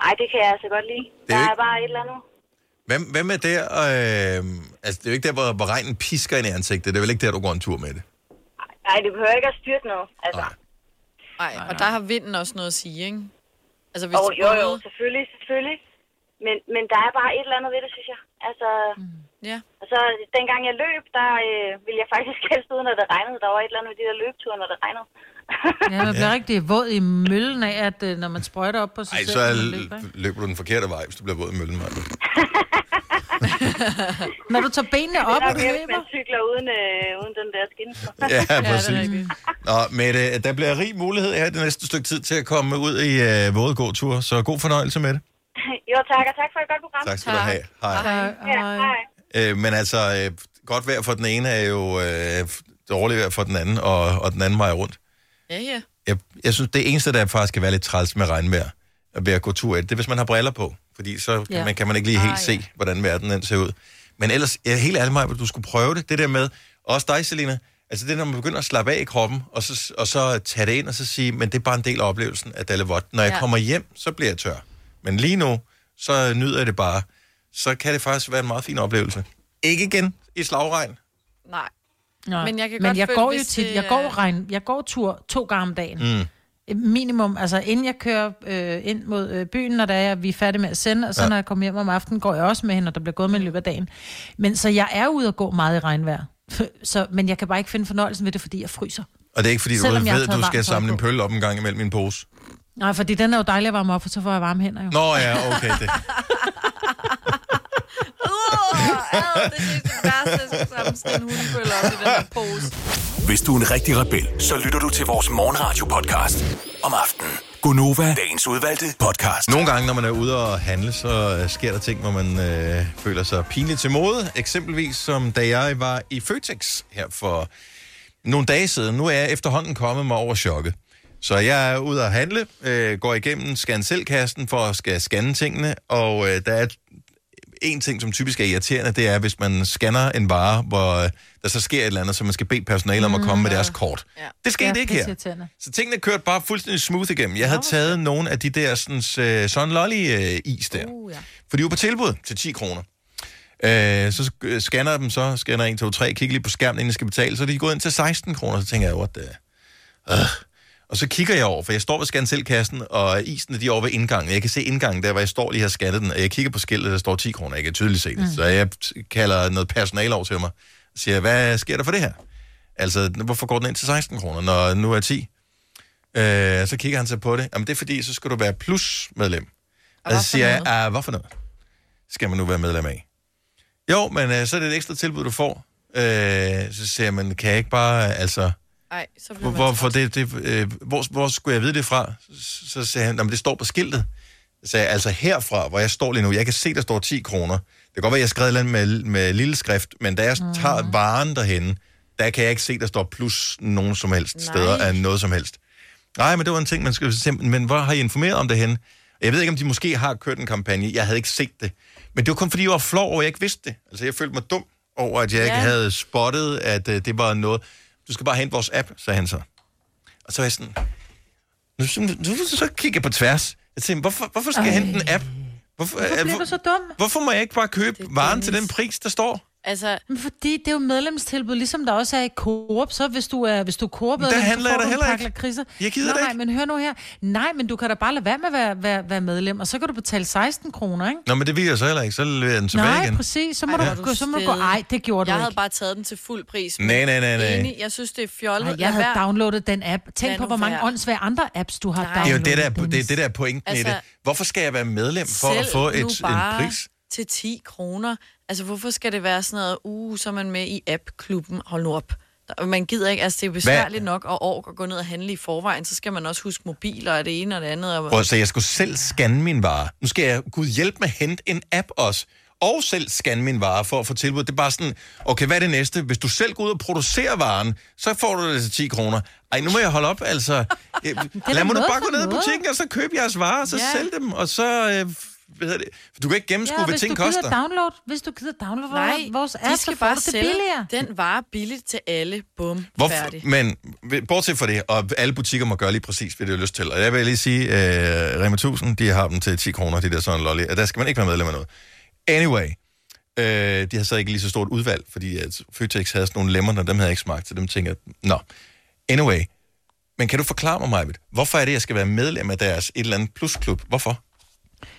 Ej, det kan jeg altså godt lide.
er
Der
jo
er bare et eller andet.
Hvem, hvem er der? Øh, altså, det er jo ikke der, hvor, hvor regnen pisker ind i ansigtet. Det er vel ikke der, du går en tur med det.
Nej, det behøver ikke at styrte noget. Altså,
Nej, og der har vinden også noget at sige, ikke? Altså,
og,
det
jo,
både-
jo, selvfølgelig, selvfølgelig. Men, men der er bare et eller andet ved det, synes jeg. Altså,
Ja.
Og så dengang jeg løb, der øh, ville jeg faktisk helst ud, når det regnede. Der var et eller andet ved de der løbeture, når det regnede.
Ja, man bliver rigtig våd i møllen af, at øh, når man sprøjter op på sig
Ej,
selv.
så
når
er,
man løber, ikke?
løber du den forkerte vej, hvis du bliver våd i møllen. Maja.
Når du tager benene op,
det
og
er nok mere,
du
hvis
løber.
man cykler uden, øh, uden den der skin.
Ja, præcis. Nå, Mette, der bliver rig mulighed her det næste stykke tid til at komme ud i øh, våde gåtur, så god fornøjelse med det.
jo, tak, og tak for et godt program.
Tak skal du have. Hej.
Ja, hej.
Øh, men altså, øh, godt vejr for den ene er jo øh, dårligt vejr for den anden, og, og den anden vej rundt.
Ja, ja.
Jeg, jeg synes, det eneste, der faktisk kan være lidt træls med regnvejr, at ved at gå tur, i det det er, hvis man har briller på. Fordi så kan,
Ja.
ja. man, kan man ikke lige helt
Ah,
ah, se, hvordan verden den ser ud. Men ellers, jeg er helt ærlig mig, at du skulle prøve det. Det der med, også dig, Selina, altså det, når man begynder at slappe af i kroppen, og så, og så tage det ind og så sige, men det er bare en del af oplevelsen, at det er lidt vådt. Når jeg
Ja.
kommer hjem, så bliver jeg tør. Men lige nu, så nyder jeg det bare. Så kan det faktisk være en meget fin oplevelse. Ikke igen i slagregn.
Nej.
Nå,
Men jeg kan
men
godt
jeg
føle,
går jo
hvis
tit,
det
jeg
er-
går, regn, jeg går tur to gange om dagen.
Mm.
Minimum, altså inden jeg kører øh, ind mod øh, byen, når der er, vi er færdige med at sende, og så
Ja.
ja. når jeg kommer hjem om aftenen, går jeg også med hende, og der bliver gået med i løbet af dagen. Men så jeg er ude og gå meget i regnvejr. Så, men jeg kan bare ikke finde fornøjelsen ved det, fordi jeg fryser.
Og det er ikke, fordi
Selvom
du
jeg har
ved, at
taget
du
varmt tøj
skal samle en
på.
pøl op en gang imellem min pose.
Nej, fordi den er jo dejlig at varme op, for så får jeg varme hænder jo.
Nå ja, okay, det.
er
Hvis du er en rigtig rebel, så lytter du til vores morgenradio-podcast om aftenen. Gunova, dagens udvalgte podcast.
Nogle gange, når man er ude og handle, så øh, sker der ting, hvor man øh, føler sig pinligt til mode. Eksempelvis som da jeg var i Føtex her for nogle dage siden. Nu er jeg efterhånden kommet mig over chokket. Så jeg er ude at handle, øh, går igennem scan kassen for at skal scanne tingene, og øh, der er en ting, som typisk er irriterende, det er, hvis man scanner en vare, hvor øh, der så sker et eller andet, så man skal bede personale om at komme med deres kort. Det skete ikke her. Så tingene kørte bare fuldstændig smooth igennem. Jeg havde taget nogle af de der sådan, øh, sådan lolly øh, is der. Uh, ja. For de var på tilbud til 10 kroner. Øh, så sk- øh, scanner jeg dem så, scanner 1, 2, 3, kigger lige på skærmen, inden jeg skal betale, så er de gået ind til 16 kroner, så tænker jeg, what the... Uh. Og så kigger jeg over, for jeg står ved scanselkassen, og isen er de er over ved indgangen. Jeg kan se indgangen der, hvor jeg står lige har scannet den, og jeg kigger på skiltet, der står 10 kroner. Jeg kan tydeligt se det. Mm.
Mm.
Så jeg t- kalder noget personale over til mig, og siger, hvad sker der for det her? Altså, hvorfor går den ind til 16 kroner, når nu er 10? Øh, så kigger han så på det. Jamen, det er fordi, så skal du være plusmedlem. Og så siger jeg, ah, hvorfor noget? Skal man nu være medlem af? Jo, men øh, så er det et ekstra tilbud, du får. Øh, så siger jeg, men kan jeg ikke bare, altså...
Ej, så bliver
Hvor,
man...
hvorfor det, det, øh, hvor, hvor skulle jeg vide det fra? Så, så sagde han, at det står på skiltet. Så sagde jeg, altså herfra, hvor jeg står lige nu, jeg kan se, der står 10 kroner. Det kan godt være, jeg skrev et eller andet med, med lille skrift, men da jeg tager varen derhen, der kan jeg ikke se, der står plus nogen som helst Nej. steder af noget som helst. Nej, men det var en ting, man skulle simpelthen... Men hvor har I informeret om det hen? Jeg ved ikke, om de måske har kørt en kampagne. Jeg havde ikke set det. Men det var kun, fordi jeg var flov over, at jeg ikke vidste det. Altså, jeg følte mig dum over, at jeg ja. ikke
Ja.
havde spottet, at uh, det var noget... Du skal bare hente vores app, sagde han så. Og så var jeg sådan... Nu, nu, nu så kigger jeg på tværs. Jeg tænkte, hvorfor, hvorfor skal jeg hente en app? Hvorfor, øh,
Hvorfor bliver du så dum?
Hvorfor må jeg ikke bare købe varen til den pris, der står?
Altså...
Men fordi det er jo medlemstilbud, ligesom der også er i Coop, så hvis du er, hvis du er coop
Men der handler jeg da heller ikke.
Kriser.
Jeg gider det
Nej, men hør nu her. Nej, men du kan da bare lade være med at være, være, være medlem, og så kan du betale 16 kroner, ikke?
Nå, men det vil jeg så heller ikke. Så leverer jeg den tilbage
Nej,
igen.
præcis. Så må, du, gå, så må du gå,
stædig.
ej, det gjorde
jeg
du
havde
ikke.
bare taget den til fuld pris.
Nej, nej, nej, nej.
Enig, jeg synes, det er fjollet.
Ej,
Lad
jeg havde
være.
downloadet den app. Tænk
Lad
på,
nu
hvor mange
være.
åndssvage andre apps, du har
Nej.
Det er jo
downloadet.
det, der, er- det, er det der er pointen altså, i det.
Altså,
Hvorfor skal jeg være medlem for at
Sælg
få
nu
et, en
bare
pris?
til 10 kroner. Altså, hvorfor skal det være sådan noget, uh, så er man med i app-klubben. Hold nu op. Der- Man gider ikke, altså det er besværligt nok at ork at gå ned og handle i forvejen, så skal man også huske mobiler og det ene og det andet. Og...
Prøv at se, jeg skulle selv scanne min vare. Nu skal jeg, gud hjælpe mig, hente en app også. Og selv scanne min vare for at få tilbud. Det er bare sådan, okay, hvad er det næste? Hvis du selv går ud og producerer varen, så får du det til 10 kroner. Ej, nu må jeg holde op, altså. Øh,
da
Lad mig nu
noget
bare
for
gå ned i
noget.
butikken, og så købe jeres varer, og så
Ja.
ja. sælge dem, og så... Øh, hvad hedder det? Du kan ikke gennemskue, ja, hvad
hvis du
ting
gider
koster.
download, hvis du gider downloade
Nej,
vores app,
de
så
skal
får du
bare
det
sælge
billigere.
den vare billigt til alle. Bum, færdig.
Hvorfor, men bortset fra det, og alle butikker må gøre lige præcis, hvad de har lyst til. Og jeg vil lige sige, øh, Rema 1000, de har dem til 10 kroner, de der sådan lolly. Og der skal man ikke være medlem af noget. Anyway, øh, de har så ikke lige så stort udvalg, fordi at Føtex havde sådan nogle lemmer, og dem havde jeg ikke smagt, så dem tænker jeg, nå. Anyway, men kan du forklare mig, Majbet, hvorfor er det, jeg skal være medlem af deres et eller andet plusklub? Hvorfor?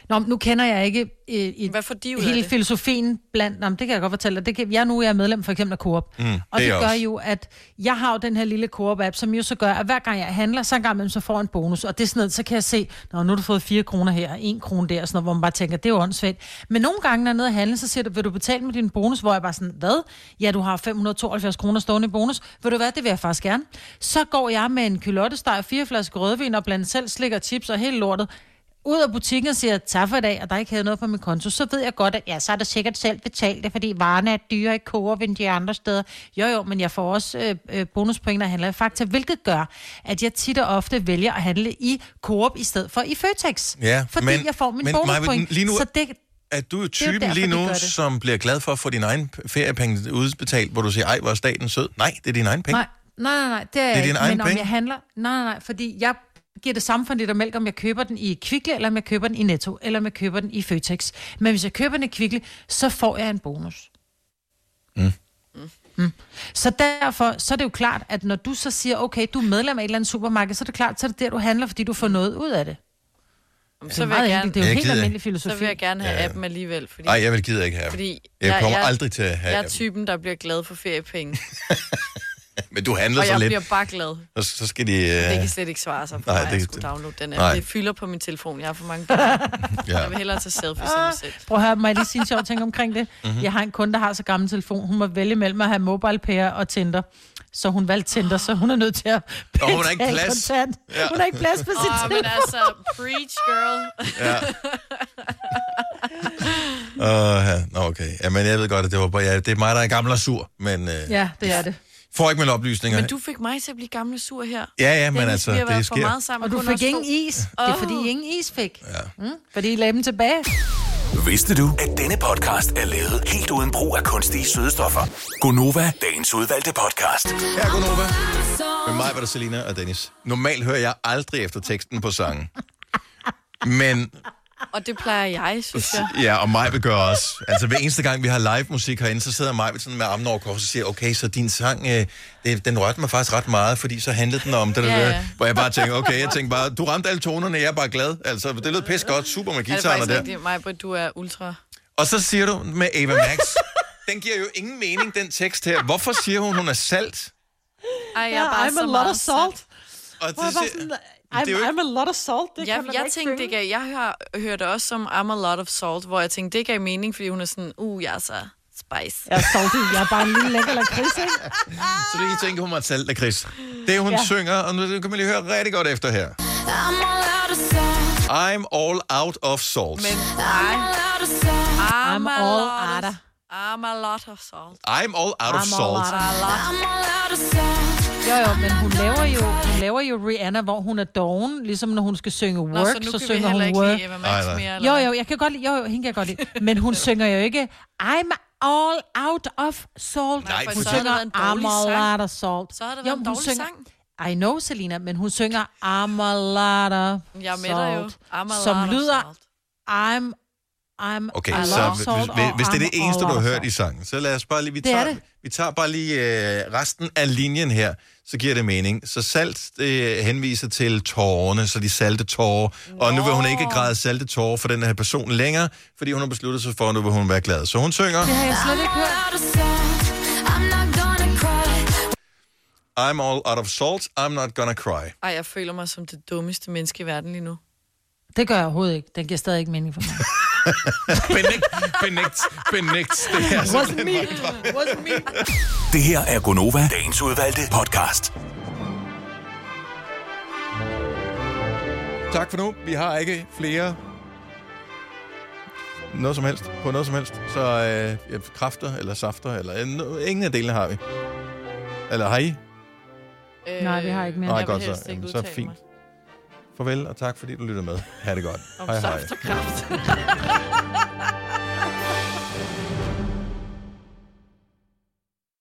Nå, men nu kender jeg ikke øh, i Hvad
får de
ud af
hele
det?
filosofien blandt... Nå, men det kan jeg godt fortælle dig. Det kan, jeg nu jeg er medlem for eksempel af Coop.
Mm, det
og det,
er
det
jeg
gør
også.
jo, at jeg har jo den her lille Coop-app, som jo så gør, at hver gang jeg handler, så en gang imellem, så får jeg en bonus. Og det er sådan noget, så kan jeg se, Nå, nu har du fået 4 kroner her, og 1 krone der, og sådan noget, hvor man bare tænker, det er jo åndssvagt. Men nogle gange, når jeg er nede og handle, så siger du, vil du betale med din bonus? Hvor jeg bare sådan, hvad? Ja, du har 572 kroner stående i bonus. Vil du hvad, det vil jeg faktisk gerne. Så går jeg med en kylottesteg, fire flasker rødvin og blandt selv slik og chips og hele lortet ud af butikken og siger, tak for i dag, og der ikke havde noget på min konto, så ved jeg godt, at ja, så er der sikkert selv betalt det, fordi varerne er dyre i Coop end de andre steder. Jo, jo, men jeg får også øh, øh, bonuspoint, når jeg handler i Fakta, hvilket gør, at jeg tit og ofte vælger at handle i Coop i stedet for i Føtex.
Ja,
fordi
men-
jeg får min
men Maja,
bonuspoint.
lige nu-
så det,
Er du jo
Det er jo
typen
derfor,
lige
de
nu,
gør det.
som bliver glad for at få dine egne feriepenge udbetalt, hvor du siger, ej, hvor er staten sød? Nej, det er dine egne penge.
Nej, nej, nej, nej det er,
Det er
jeg
dine
ikke,
egne
men om
penge.
jeg handler... Nej, nej, nej, fordi jeg giver det samme for en liter mælk, om jeg køber den i Kvickly, eller om jeg køber den i Netto, eller om jeg køber den i Føtex. Men hvis jeg køber den i Kvickly, så får jeg en bonus.
Mm.
Mm. Så derfor, så er det jo klart, at når du så siger, okay, du er medlem af et eller andet supermarked, så er det klart, så er det der, du handler, fordi du får noget ud af det.
Jamen,
Det er
så vil
meget
jeg
enkelt.
gerne,
Det er jo
Jeg
helt
gider ikke.
almindelig filosofi.
så vil jeg gerne have
Ja.
appen alligevel. Fordi,
Nej, jeg vil gider ikke have
fordi
Jeg kommer aldrig til at have
Jeg er
appen.
typen, der bliver glad for feriepenge.
Men du handler
og
så
jeg
lidt.
bliver bare glad.
Så, så skal de... Øh...
Det kan slet ikke svare sig for
Nej,
Nej, mig, at
det-
jeg skulle downloade den app.
Nej.
Det fylder på min telefon. Jeg har for mange billeder.
Ja.
Jeg vil hellere tage selfies af mig selv.
Ah. Prøv at høre, må jeg lige sige en sjov ting omkring det?
Mhm.
Mm-hmm. Jeg har en kunde, der har så gammel telefon. Hun må vælge mellem at have mobile pair og Tinder. Så hun valgte Tinder, så hun er nødt til at
Og hun har ikke
betale
plads.
kontant.
Ja.
Hun har ikke plads på sin
Åh, men
telefon.
altså, preach, girl.
Ja. Uh, ja. Nå, okay. Jamen, jeg ved godt, at det, var bare, ja, det er mig, der er gammel og sur, men øh,
Ja,
det er det.
får ikke mine oplysninger.
Men du fik mig til at blive gammel og sur her.
Ja, ja, men
Dennis,
altså,
vi har
det
været
sker.
For meget sammen,
Og du
kun
fik
os to.
ingen is. Det er
Åh.
fordi, I ingen is fik. Ja. Mm, fordi I lagde dem tilbage.
Vidste du, at denne podcast er lavet helt uden brug af kunstige sødestoffer?
Gonova.
Dagens udvalgte podcast.
Ja, Gonova. Med mig var der Selina og Dennis. Normalt hører jeg aldrig efter teksten på sangen. Men,
Og det plejer jeg, synes jeg.
ja, og mig vil gøre også. Altså, hver eneste gang, vi har live musik herinde, så sidder mig sådan med armen over korset og siger, okay, så din sang, øh, det, den rørte mig faktisk ret meget, fordi så handlede den om det, der,
Ja,
ja,
ja.
hvor jeg bare tænker, okay, jeg tænker bare, du ramte alle tonerne, jeg er bare glad. Altså, det lød pis godt, super med
Ja, det er
guitarerne
faktisk
der.
rigtigt. Maja, du er ultra.
Og så siger du med Ava Max, den giver jo ingen mening, den tekst her. Hvorfor siger hun, hun er salt?
Ej, jeg er
Ja,
bare
I'm
så
a lot
meget
of salt.
Og
Hvor jeg bare sådan, I'm,
det er jo ikke-
I'm a lot of salt. Det
jeg,
kan man da
jeg
ikke
tænkte
synge.
ikke, at- jeg har hørt det også som I'm a lot of salt, hvor jeg tænkte, det gav mening, fordi hun er sådan, uh, jeg er så spice.
Jeg er salty. Jeg er bare en lille lækker lakrids, ikke?
Så det, I tænker, hun var salt af Chris. Det, hun
Ja.
ja. synger, og nu kan man lige høre rigtig godt efter her. I'm all out of salt. Men...
Men nej. I'm,
I'm
a
all
lot of-
out of-
I'm a lot of salt.
I'm all out of
I'm all
salt.
out of- Jo, jo, men hun laver jo, hun laver jo Rihanna, hvor hun er doven, ligesom når hun skal synge work,
Nå, så nu
så,
kan vi
synger
heller
hun
ikke
work.
lide Eva Max
Nej, nej.
mere,
Jo,
eller
jo, jeg kan godt lide, jo, jo, hende kan jeg godt lide. Men hun synger jo ikke, I'm all out of salt.
Nej, for
hun
så havde
synger,
det været en
I'm
dårlig
all
sang.
out of salt.
Så havde det
Jo,
været en
men hun
dårlig
synger, sang. I know, Selina, men hun synger, I'm a lot of
Jeg er med dig jo.
salt.
I'm a
Som
lot of
lyder, I'm I'm
Okay,
I
så
love
hvis,
salt
hvis,
og
hvis det er
I'm
det eneste, du
all
har
out
hørt
salt.
i sangen, så lad os bare lige, vi
Det er
tager,
det.
vi tager bare lige øh, resten af linjen her, så giver det mening. Så salt øh, henviser til tårerne, så de salte tårer. Og nu vil hun ikke græde salte tårer for den her person længere, fordi hun har besluttet sig for, at nu vil hun være glad. Så hun synger,
Det har jeg er slet ikke hørt.
I'm all out of salt, I'm not gonna cry.
Ej, jeg føler mig som det dummeste menneske i verden lige nu.
Det gør jeg overhovedet ikke. Den giver stadig ikke mening for mig.
benægt, benægt, benægt. Det er
Wasn't
simpelthen
me.
volddrag.
Wasn't me.
Det her er Gonova, dagens udvalgte podcast.
Tak for nu. Vi har ikke flere noget som helst, på noget som helst. Så øh, ja, kræfter eller safter, eller øh, ingen af delene har vi. Eller har I?
Øh,
Nej, vi har ikke mere.
Nej, godt så. Jamen, så fint. Farvel, og tak fordi du lyttede med. Ha' det godt.
Om
hej hej.
saft og kraft.